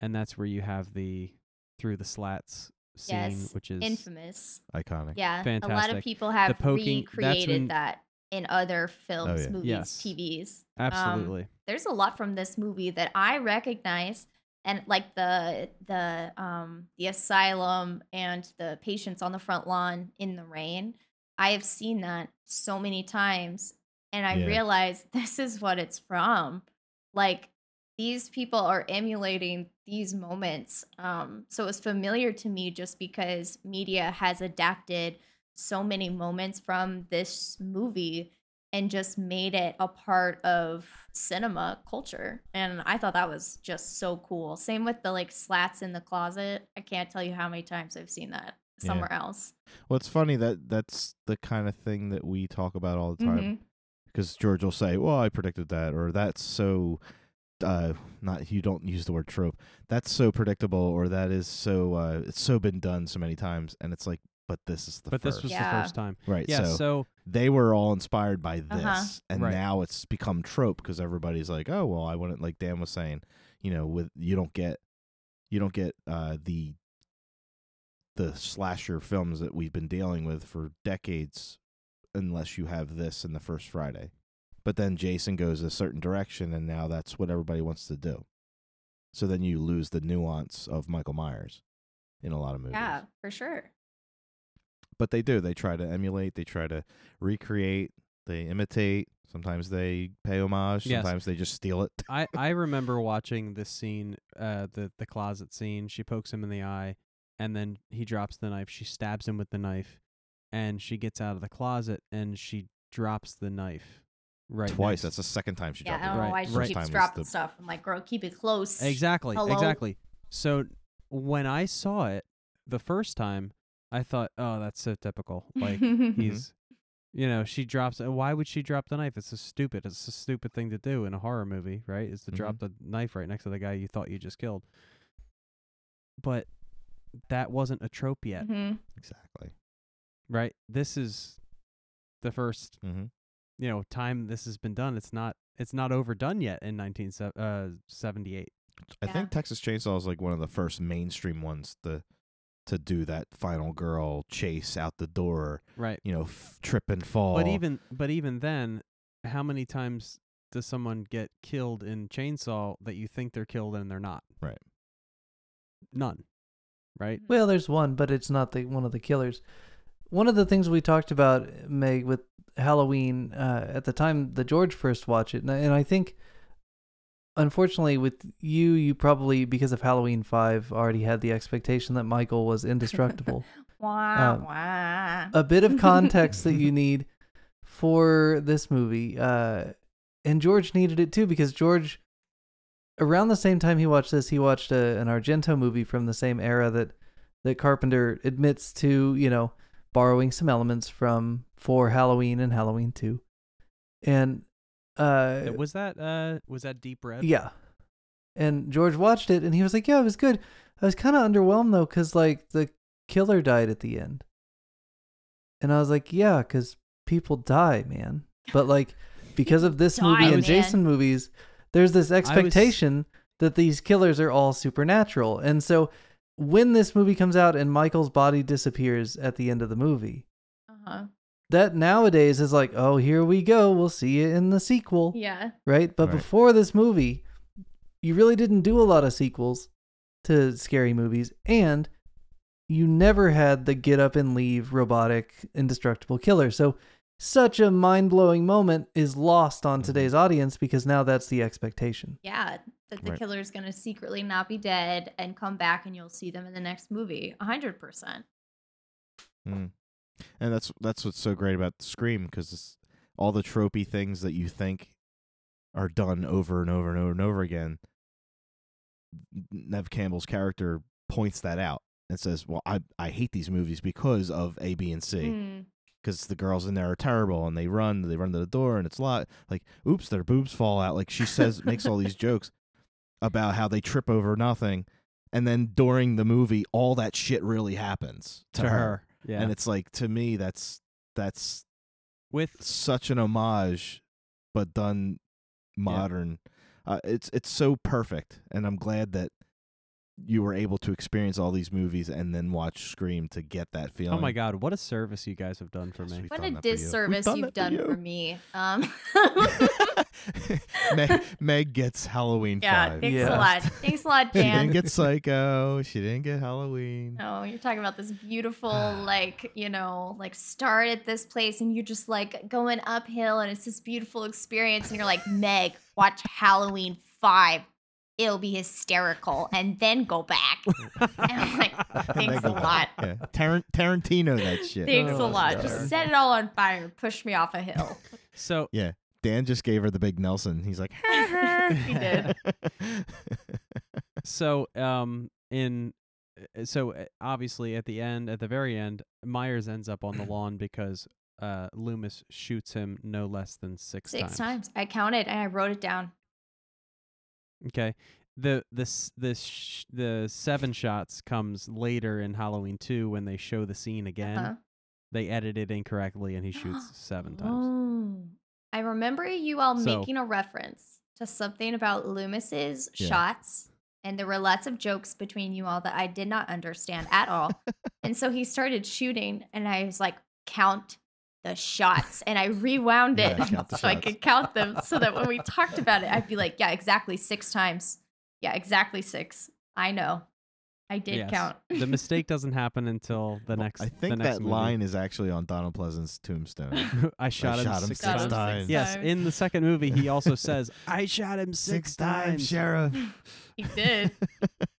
and that's where you have the through the slats scene,
Yes,
which is
Infamous.
Iconic.
Yeah. A lot
Fantastic.
of people have
poking- that's
recreated
when-
that in other films,
Oh, yeah.
movies,
Yes.
TVs.
absolutely
There's a lot from this movie that I recognize and like the the um the asylum and the patients on the front lawn in the rain. I have seen that so many times and I
Yeah.
realized this is what it's from. Like these people are emulating these moments. Um, so it was familiar to me just because media has adapted so many moments from this movie and just made it a part of cinema culture. And I thought that was just so cool. Same with the like slats in the closet. I can't tell you how many times I've seen that
Yeah.
somewhere else.
Well, it's funny that that's the kind of thing that we talk about all the time.
Mhm.
because George will say, "Well, I predicted that," or "That's so." Uh, not you don't use the word trope. That's so predictable, or that is so. Uh, it's so been done so many times, and it's like, but this is the
but
first.
this was the
Yeah.
first time
right.
yeah
so,
so,
they were all inspired by this,
Uh-huh.
and
Right.
now it's become trope because everybody's like, "Oh, well, I wouldn't." Like Dan was saying, you know, with you don't get, you don't get uh, the the slasher films that we've been dealing with for decades unless you have this in the first Friday. But then Jason goes a certain direction and now that's what everybody wants to do. So then you lose the nuance of Michael Myers in a lot of movies.
Yeah, for sure.
But they do. They try to emulate, they try to recreate, they imitate, sometimes they pay homage,
Yes.
sometimes they just steal it.
I I remember watching this scene uh the the closet scene she pokes him in the eye and then he drops the knife she stabs him with the knife and she gets out of the closet and she drops the knife right
Twice. That's
next-
the second time she
Yeah, I
dropped it.
don't know
Right,
why she
right. Time
keeps
is
dropping
the-
stuff. I'm like, girl, keep it close.
Exactly.
Hello?
Exactly. So when I saw it the first time, I thought, "Oh, that's so typical." Like he's, you know, she drops. uh, Why would she drop the knife? It's so stupid. It's a stupid thing to do in a horror movie, right? Is to drop the knife right next to the guy you thought you just killed. But that wasn't a trope yet,
Mhm.
Exactly.
right? This is the first
hmm
you know time this has been done. It's not. It's not overdone yet in uh, 1978.
I
Yeah.
think Texas Chainsaw is like one of the first mainstream ones to to do that final girl chase out the door,
Right.
you know, f- trip and fall.
But even but even then, how many times does someone get killed in Chainsaw that you think they're killed and they're not?
Right.
None. Right?
Well, there's one, but it's not the one of the killers. One of the things we talked about, Meg, with Halloween uh, at the time the George first watched it, and I, and I think, unfortunately, with you, you probably because of Halloween Five already had the expectation that Michael was indestructible.
Wah,
Uh,
Um,
wah. Uh-huh.
a bit of context that you need for this movie. Uh, and George needed it too because George, around the same time he watched this, he watched a, an Argento movie from the same era that that Carpenter admits to, you know, borrowing some elements from for Halloween and Halloween Two, and uh,
Uh, was that uh was that deep red?
yeah. And George watched it and he was like, yeah, it was good. I was kind of underwhelmed though, because like the killer died at the end. And I was like, yeah, because people die, man. But like, because of this
People
movie
die,
and
man.
Jason movies, there's this expectation that these killers are all supernatural. And so when this movie comes out and Michael's body disappears at the end of the movie,
oh.
Uh-huh.
that nowadays is like, oh, here we go. We'll see you in the sequel,
Yeah.
right? But
Right.
before this movie, you really didn't do a lot of sequels to scary movies, and you never had the get up and leave robotic indestructible killer. So such a mind blowing moment is lost on
Mhm.
today's audience because now that's the expectation.
Yeah. That the
Right.
killer is going to secretly not be dead and come back and you'll see them in the next movie. 100%.
Mm. And that's that's what's so great about Scream because all the tropey things that you think are done over and over and over and over again. Nev Campbell's character points that out and says, "Well, I I hate these movies because of A, B, and C
Mm.
because the girls in there are terrible and they run, they run to the door and it's lot like, oops, their boobs fall out." Like she says, makes all these jokes about how they trip over nothing, and then during the movie, all that shit really happens to, her.
Yeah.
And it's like to me that's that's
with
such an homage but done modern. Uh, it's it's so perfect and I'm glad that you were able to experience all these movies and then watch Scream to get that feeling.
Oh my god, what a service you guys have done for
Yes,
me.
we've
What
done
a
that for you. We've
disservice
done
you've
that
done
for
for
you.
me. Um,
Meg, Meg gets Halloween
yeah,
five.
thanks
Yeah.
a lot. Thanks a lot,
She didn't
Dan.
get Psycho. She didn't get Halloween.
No, you're talking about this beautiful, like, you know, like start at this place and you're just like going uphill and it's this beautiful experience. And you're like, Meg, watch Halloween 5. It'll be hysterical. And then go back. I'm like, thanks
Meg got
a
it.
lot.
Yeah. Taran- Tarantino that shit.
Thanks a
Oh,
lot.
sure.
Just set it all on fire and push me off a hill.
So
Dan just gave her the big Nelson. He's like,
he did.
so um in uh, so uh, obviously at the end at the very end Myers ends up on the lawn because uh Loomis shoots him no less than 6,
Six times. I counted and I wrote it down.
Okay. The the s- the sh- the seven shots comes later in Halloween 2 when they show the scene again.
Uh-huh.
They edit it incorrectly and he shoots seven times.
Oh. I remember you all
So-
making a reference to something about Loomis's
Yeah.
shots, and there were lots of jokes between you all that I did not understand at all. and so he started shooting, and I was like, count the shots. And I rewound it
Yeah, count the
so I
shots.
could count them so that when we talked about it, I'd be like, yeah, exactly six times. Yeah, exactly six. I know. I did
Yes.
count.
the mistake doesn't happen until the
Well,
next
I
the
think
next
that
movie.
line is actually on Donald Pleasant's tombstone.
I shot him
shot him
six
six
Got
times.
him
times.
six
Yes,
times.
in the second movie he also says, "I shot him 6, times."
Sheriff.
he did.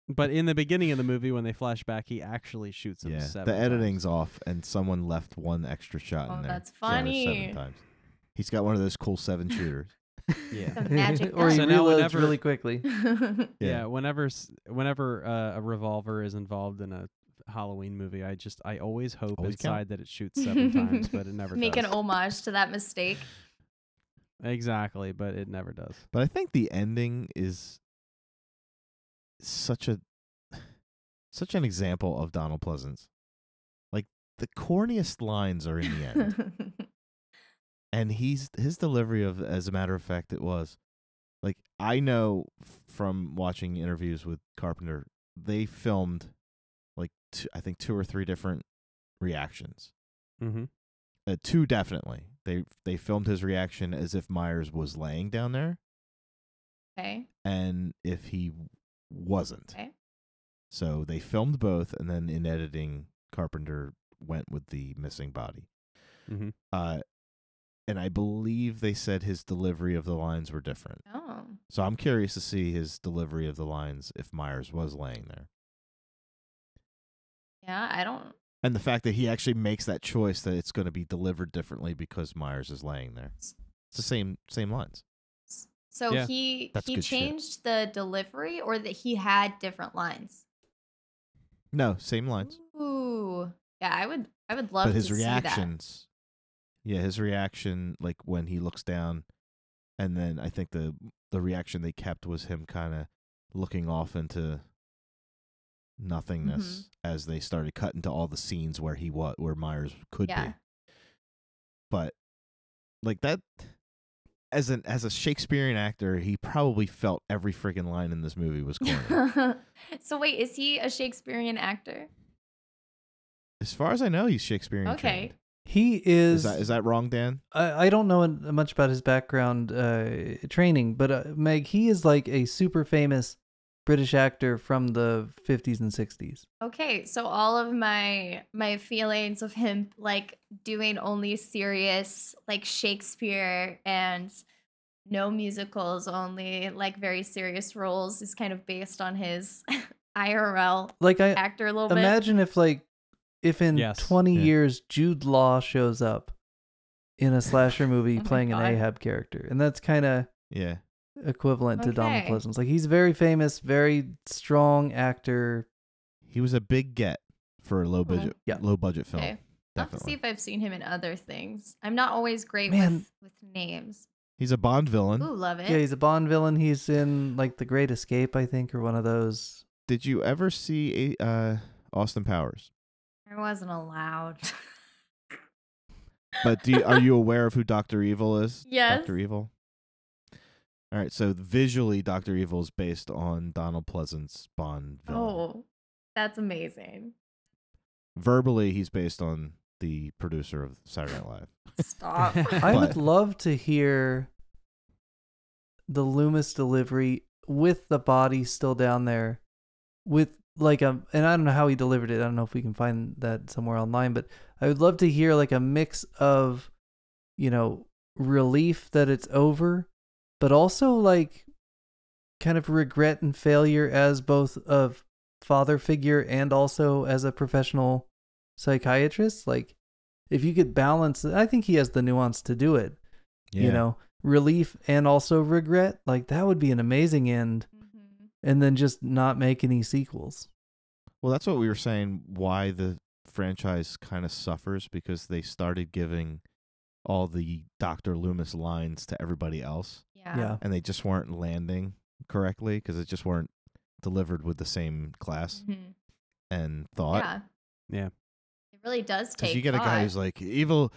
But in the beginning of the movie, when they flash back, he actually shoots him
Yeah,
seven.
the
times.
editing's off, and someone left one extra shot
Oh,
in there.
that's
so there's
funny.
Seven times. He's got one of those cool seven shooters.
Yeah.
The magic.
or he
So
gun.
now
reloads
whenever-
really quickly.
Yeah.
yeah, Whenever s- whenever uh, a revolver is involved in a Halloween movie, I just I always hope
Always
inside
count.
that it shoots seven times, but it never
Make
does.
an homage to that mistake.
exactly, but it never does.
But I think the ending is such a such an example of Donald Pleasance. Like the corniest lines are in the end. and he's his delivery of as a matter of fact it was like i know from watching interviews with carpenter they filmed like two, i think two or three different reactions
Mm-hmm.
uh, two definitely they they filmed his reaction as if myers was laying down there
okay.
and if he wasn't
Okay.
so they filmed both and then in editing carpenter went with the missing body
Mm-hmm.
uh and i believe they said his delivery of the lines were different
Oh.
So I'm curious to see his delivery of the lines if Myers was laying there.
Yeah, I don't.
And the fact that he actually makes that choice that it's going to be delivered differently because Myers is laying there. It's the same same lines.
So
Yeah.
he
That's
he
good shit.
changed the delivery or that he had different lines.
No, same lines.
Ooh. Yeah, I would I would love
but his
to
reactions. Yeah, his reaction like when he looks down and then I think the the reaction they kept was him kind of looking off into
Mm-hmm.
nothingness as they started cutting to all the scenes where he was where Myers
see
could
that. Yeah.
be. but like that as an as a Shakespearean actor, he probably felt every freaking line in this movie was corny.
so wait, is he a Shakespearean actor?
as far as I know, he's Shakespearean.
Okay.
trained.
He is.
Is that is that wrong, Dan?
I, I don't know en- much about his background uh, training, but uh, Meg, he is like a super famous British actor from the 50s and 60s.
Okay, so all of my my feelings of him like doing only serious like Shakespeare and no musicals, only like very serious roles is kind of based on his IRL
Like I
actor a little bit.
imagine if like if in
Yes.
20
Yeah.
years Jude Law shows up in a slasher movie
Oh my
playing an
God.
Ahab character, and that's kind of
Yeah.
equivalent to Donald
Okay.
Pleasance. Like he's very famous, very strong actor.
He was a big get for a low budget
Yeah.
low budget film.
Oh,
Okay. I'll have to see
Definitely.
if I've seen him in other things. I'm not always great
Man.
with with names.
He's a Bond villain.
Ooh, love it.
Yeah, he's a Bond villain. He's in like The Great Escape, I think, or one of those.
Did you ever see a- uh, Austin Powers?
I wasn't allowed.
But do you, are you aware of who Doctor Evil is?
Yes.
Doctor Evil. All right. So visually, Doctor Evil is based on Donald Pleasant's Bond villain.
oh, that's amazing.
Verbally, he's based on the producer of Saturday Night Live.
Stop.
I would
But-
love to hear the Loomis delivery with the body still down there, with like a, and I don't know how he delivered it. I don't know if we can find that somewhere online, but I would love to hear like a mix of, you know, relief that it's over, but also like kind of regret and failure as both a father figure and also as a professional psychiatrist. Like, if you could balance, I think he has the nuance to do it, you know, relief and also regret. Like, that would be an amazing end.
Mhm.
And then just not make any sequels.
Well, that's what we were saying. Why the franchise kind of suffers because they started giving all the Doctor Loomis lines to everybody else,
Yeah.
Yeah.
and they just weren't landing correctly because it just weren't delivered with the same class
Mhm.
and thought.
Yeah.
Yeah.
It really does
Because
take.
you get a guy who's like, "Evil,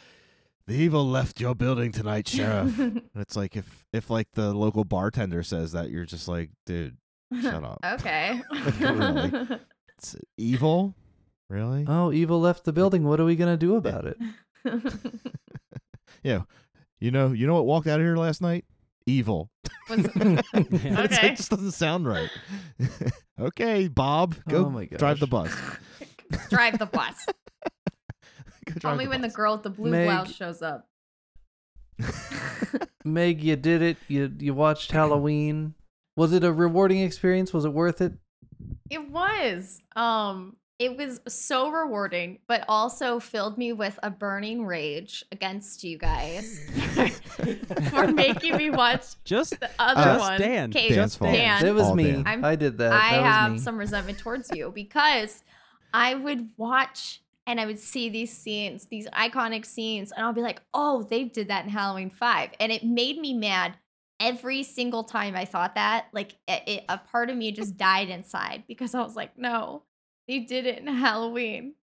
the evil left your building tonight, sheriff." and it's like if if like the local bartender says that, you're just like, "Dude, shut up."
Okay.
Really. It's evil, really?
Oh, evil left the building. What are we going to do about it?
You know, you know what walked out of here last night? Evil.
Was-
It's-
Okay.
It just doesn't sound right. okay, Bob, go
Oh my
drive the
gosh.
bus.
drive the bus.
Go drive
Only
the
when the
bus.
girl with the blue
Meg-
blouse shows up.
Meg, you did it. You, you watched Halloween. Was it a rewarding experience? Was it worth it?
It was. Um, it was so rewarding, but also filled me with a burning rage against you guys for making me watch
Just
the other
Just
one.
Dan.
Okay,
Uh, Dan's fault.
Dan.
That was
All
me.
Dan.
I'm-
I did that.
I
that was
have
me.
some resentment towards you because I would watch and I would see these scenes, these iconic scenes, and I'll be like, oh, they did that in Halloween 5. And it made me mad every single time I thought that. Like, it, it, a part of me just died inside because I was like, no, they did it in Halloween.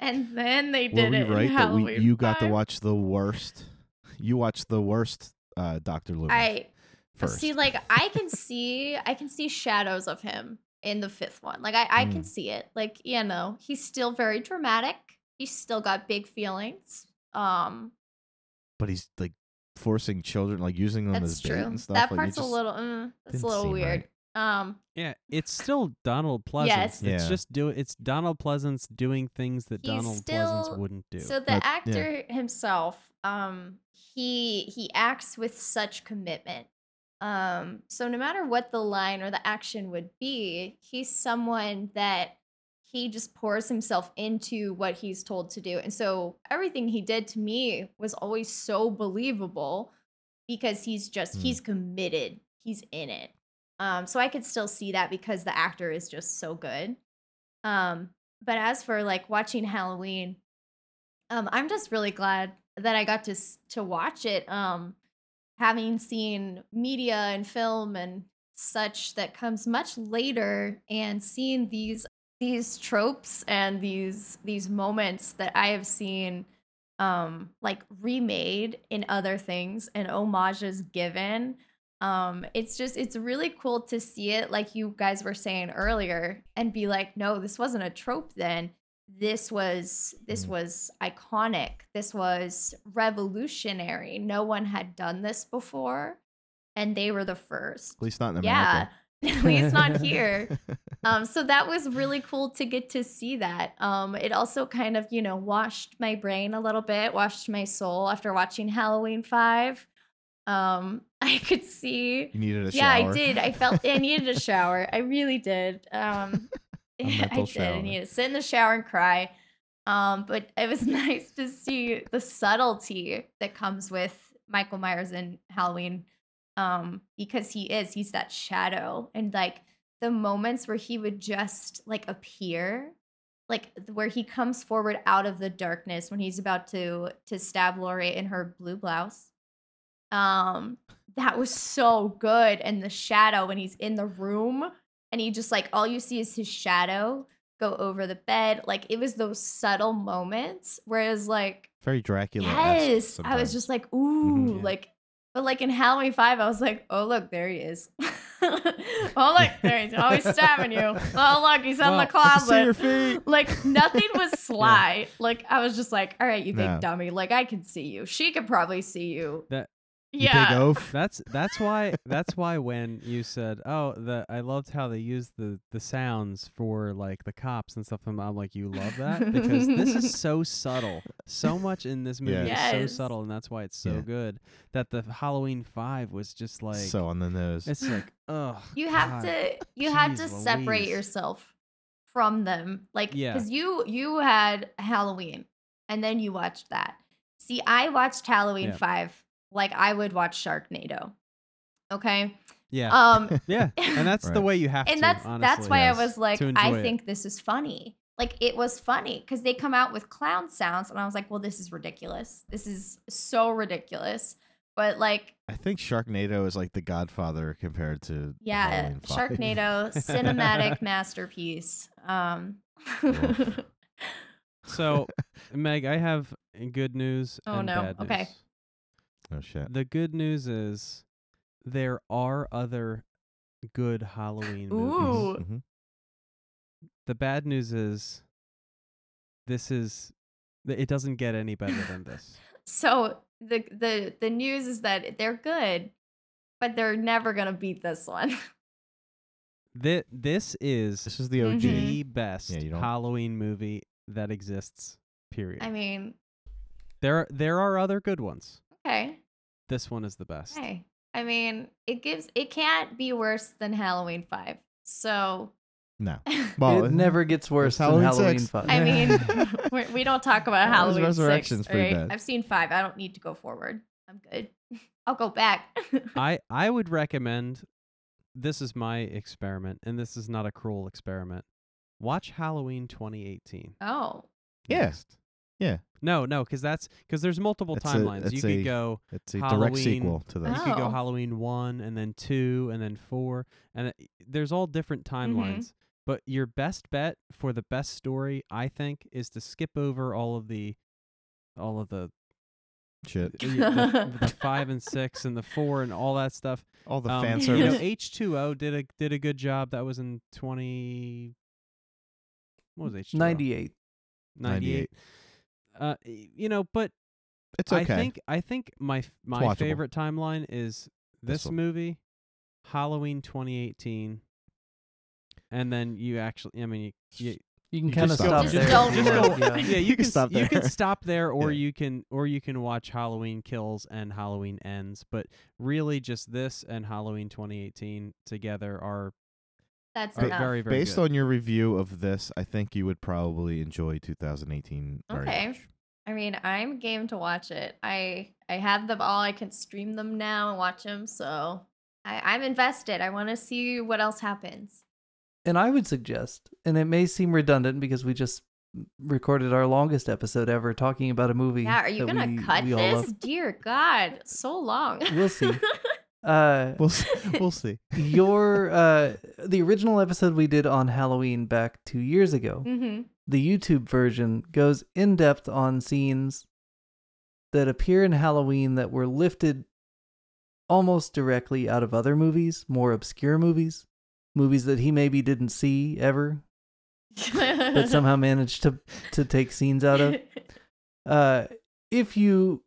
And then they
Were
did
we
it
right
in
that
Halloween.
we, you got to
5.
watch the worst? You watched the worst uh, Doctor Loomis
I
first.
See, like I can see, I can see shadows of him in the fifth one. Like I, I can
Mm.
see it. Like you know, he's still very dramatic. He's still got big feelings. Um,
but he's like forcing children, like using them as
that's
bait
true.
and stuff. like,
that
you
part's a
just-
little, mm, that's
didn't
a little
seem
weird. Um,
yeah, it's still Donald
Yes.
Pleasance. It's
Yeah.
just do it's Donald Pleasance doing things that
He's
Donald Pleasance
still-
wouldn't do.
so the
That- yeah.
actor himself, um, he he acts with such commitment. Um, so no matter what the line or the action would be, he's someone that he just pours himself into what he's told to do. And so everything he did to me was always so believable because he's just
Mm.
he's committed. He's in it. Um so I could still see that because the actor is just so good. Um but as for like watching Halloween um I'm just really glad that I got to s- to watch it um having seen media and film and such that comes much later and seeing these these tropes and these these moments that I have seen um like remade in other things and homages given um it's just it's really cool to see it like you guys were saying earlier and be like no this wasn't a trope then this was this
Mhm.
was iconic this was revolutionary no one had done this before and they were the first
At least not in
yeah
America.
at least not here um, so that was really cool to get to see that. Um, it also kind of, you know, washed my brain a little bit, washed my soul after watching Halloween 5. Um, I could see.
you needed a
Yeah, I
shower.
did. I felt I needed a shower. I really did. Um,
A
I
mental
did. I
shower.
needed to sit in the shower and cry. Um, but it was nice to see the subtlety that comes with Michael Myers in Halloween um because he is he's that shadow and like the moments where he would just like appear like th- where he comes forward out of the darkness when he's about to to stab Laurie in her blue blouse um that was so good and the shadow when he's in the room and he just like all you see is his shadow go over the bed like it was those subtle moments whereas like
Very Dracula.
Yes, I was just like, ooh,
Mm-hmm, yeah.
like, but like in Halloween Five, I was like, oh look, there he is. oh look, there he's always stabbing you. Oh look, he's in
Wow, I
the
can see
closet.
your feet.
Like nothing was sly. Like I was just like, all right, you big
No.
dummy. Like I can see you. She could probably see you.
That-
yeah.
You big oaf.
That's that's why that's why when you said, "Oh, the I loved how they used the the sounds for like the cops and stuff," and I'm like, "You love that because this is so subtle. So much in this movie is
Yes.
so subtle, and that's why it's so
Yeah.
good that the Halloween Five was just like
so on the nose.
it's like oh
you have to you had to
Jeez
separate
Louise.
yourself from them like
Yeah.
because you you had halloween and then you watched that see i watched halloween
Yeah.
five like i would watch sharknado okay
yeah
um
yeah, and that's the
Right.
way you have
and
to.
that's that's
honestly.
why
yes,
I was like,
to
I
enjoy it.
think this is funny. Like it was funny because they come out with clown sounds, and I was like, well, this is ridiculous. This is so ridiculous. But like,
I think Sharknado is like the Godfather compared to
yeah, eh,
Halloween five.
Sharknado cinematic masterpiece. Um,
Oof.
So, Meg, I have good news
Oh,
and
no.
bad news.
Okay.
Oh shit.
The good news is there are other good Halloween movies.
Ooh.
Mhm, mhm.
The bad news is this is th- it doesn't get any better than this.
so the the the news is that they're good, but they're never gonna beat this one.
Thi- this is
This is the OG.
Mhm.
the best
you don't-
Halloween movie that exists. Period.
I mean,
there are, there are other good ones.
okay,
This one is the best.
okay. I mean, it gives it can't be worse than Halloween Five. So
No.
I
Well,
it never gets worse than
Halloween
Halloween
six.
Five.
I
mean, we're, we don't talk about
His
Halloween
resurrection's
six.
pretty
right?
bad.
I've seen five. I don't need to go forward. I'm good. I'll go back.
I I would recommend this is my experiment and this is not a cruel experiment. Watch Halloween 2018.
oh,
Yeah.
next.
Yeah.
No, no, cuz that's cuz there's multiple
It's a-
timelines. you
it's
could
a-
go
It's a
Halloween.
direct sequel to
you
this.
could go
Oh.
Halloween 1 and then 2 and then 4 and it, there's all different timelines. But your best bet for the best story, I think, is to skip over all of the all of the eh,
Shit.
the, the 5 and 6 and the 4 and all that stuff.
All the
Um,
fan
You know,
service.
H two O did a did a good job. That was in twenty. What was H two O?
Ninety-eight.
Ninety eight. Uh, y- you know, but
It's okay.
I think I think my f- my
watchable.
favorite timeline is
This
this,
one.
movie, Halloween twenty eighteen, and then you actually. I mean, you. you
You can
You
kind of
just go-
stop
Just
there. if
don't
you
go.
want,
yeah,
yeah.
you,
You
can
can
s-
stop
You can
there.
stop there, or
Yeah.
you can or you can watch Halloween Kills and Halloween Ends. But really, just this and Halloween 2018 together are
that's
Are
enough.
very, very
Based
good.
on your review of this, I think you would probably enjoy 2018 very
Okay.
much.
I mean, I'm game to watch it. I I have them all. I can stream them now and watch them. So I, I'm invested. I want to see what else happens.
And I would suggest, and it may seem redundant because we just recorded our longest episode ever talking about a movie.
Yeah, are you
that
gonna
we-
cut
we all
this?
love.
Dear God, so long.
We'll see. Uh,
We'll see. we'll see.
your uh, the original episode we did on Halloween back two years ago.
hmm
the YouTube version goes in depth on scenes that appear in Halloween that were lifted almost directly out of other movies, more obscure movies, movies that he maybe didn't see ever, but somehow managed to to take scenes out of. Uh, if you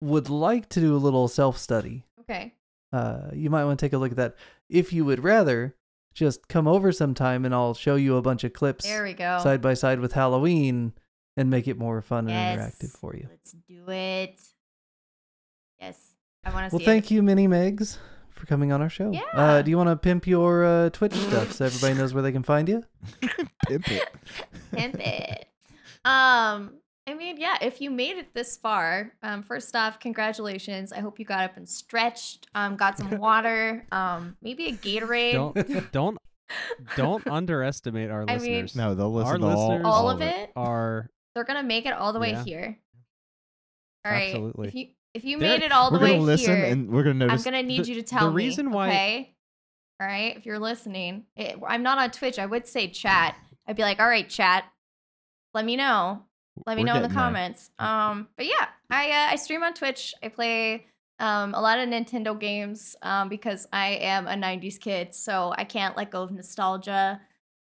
would like to do a little self study,
okay.
uh, you might want to take a look at that. If you would rather, just come over sometime and I'll show you a bunch of clips
There we go.
side by side with Halloween and make it more fun and interactive
Yes,
for you.
Let's do it. Yes. I want to
Well,
see
thank you, Minnie Megs, for coming on our show.
Yeah.
Uh, do you want to pimp your uh, Twitch stuff so everybody knows where they can find you?
Pimp it.
Pimp it. Um, I mean, yeah, if you made it this far, um, first off, congratulations. I hope you got up and stretched, um, got some water, um, maybe a Gatorade.
Don't don't don't underestimate our
I mean-
listeners.
No, they'll listen
Our
to all,
listeners-
all of it.
Are
They're gonna make it all the way
Yeah.
here. All right.
Absolutely.
If you if you
They're-
made it all the
we're gonna
way
listen
here,
and we're gonna
I'm
notice.
gonna need you to
the
tell
reason
me.
why-
Okay. All right. If you're listening, it, I'm not on Twitch. I would say chat. I'd be like, all right, chat. Let me know. Let me
We're
know in the
getting there.
comments. Um, but yeah, I uh, I stream on Twitch. I play um a lot of Nintendo games um because I am a '90s kid, so I can't let go of nostalgia.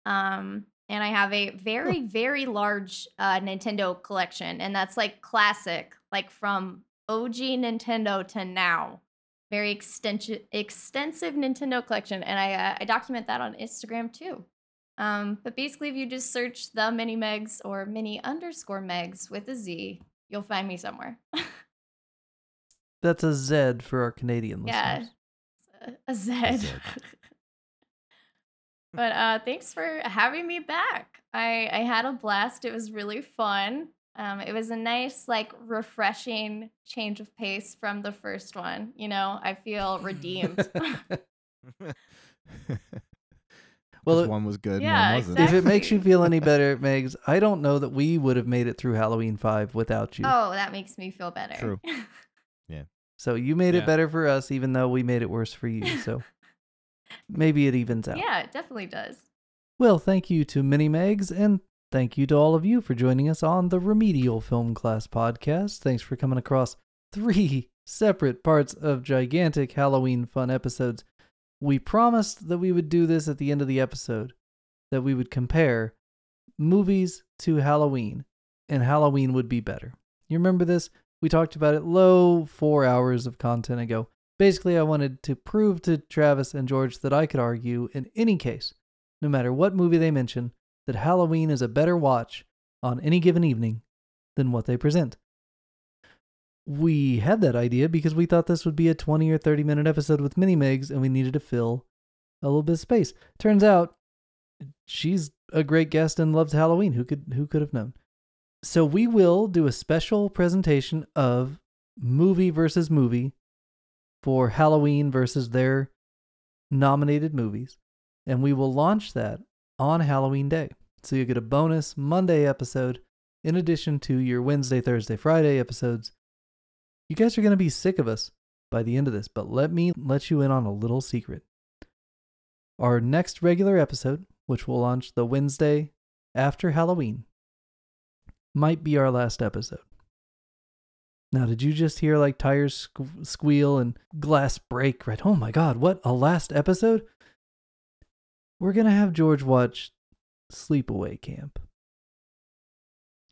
Um, and I have a very very large uh, Nintendo collection, and that's like classic, like from OG Nintendo to now. Very extensive extensive Nintendo collection, and I uh, I document that on Instagram too. Um, but basically, if you just search the mini megs or mini underscore megs with a Z, you'll find me somewhere.
That's a Z for our Canadian
yeah,
listeners.
a Z.
Zed.
but uh, thanks for having me back. I I had a blast. It was really fun. Um, it was a nice, like, refreshing change of pace from the first one. You know, I feel redeemed.
Well,
one was good.
Yeah,
and one wasn't.
if it makes you
Exactly.
feel any better, Megs, I don't know that we would have made it through Halloween 5 without you.
oh, that makes me feel better.
True.
So you made
Yeah.
it better for us, even though we made it worse for you. So maybe it evens out.
yeah, it definitely does.
Well, thank you to Mini Megs, and thank you to all of you for joining us on the Remedial Film Class podcast. Thanks for coming across three separate parts of gigantic Halloween fun episodes. We promised that we would do this at the end of the episode, that we would compare movies to Halloween, and Halloween would be better. You remember this? We talked about it low four hours of content ago. Basically, I wanted to prove to Travis and George that I could argue in any case no matter what movie they mention, that Halloween is a better watch on any given evening than what they present. We had that idea because we thought this would be a 20 or 30 minute episode with mini Megs and we needed to fill a little bit of space. Turns out she's a great guest and loves Halloween. Who could who could have known? So we will do a special presentation of movie versus movie for Halloween versus their nominated movies and we will launch that on Halloween Day. So you get a bonus Monday episode in addition to your Wednesday, Thursday, Friday episodes. You guys are going to be sick of us by the end of this, but let me let you in on a little secret. Our next regular episode, which will launch the Wednesday after Halloween, might be our last episode. Now, did you just hear like tires sque- squeal and glass break? Right? Oh my God, what a last episode! we're going to have George watch Sleepaway Camp.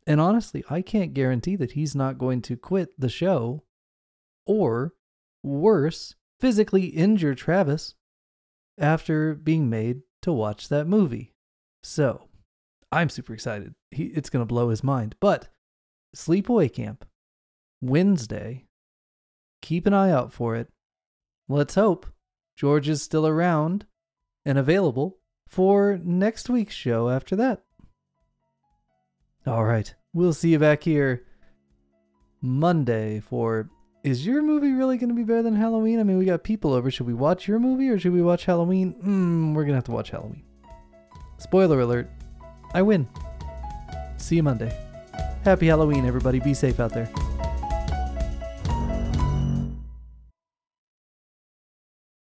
And honestly, I can't guarantee that he's not going to quit the show or, worse, physically injure Travis after being made to watch that movie. So, I'm super excited. He, it's going to blow his mind. But Sleepaway Camp, Wednesday, keep an eye out for it. Let's hope George is still around and available for next week's show after that. All right, we'll see you back here Monday for is your movie really going to be better than Halloween? I mean, we got people over. Should we watch your movie or should we watch Halloween? Mm, we're going to have to watch Halloween. Spoiler alert, I win. See you Monday. Happy Halloween, everybody. Be safe out there.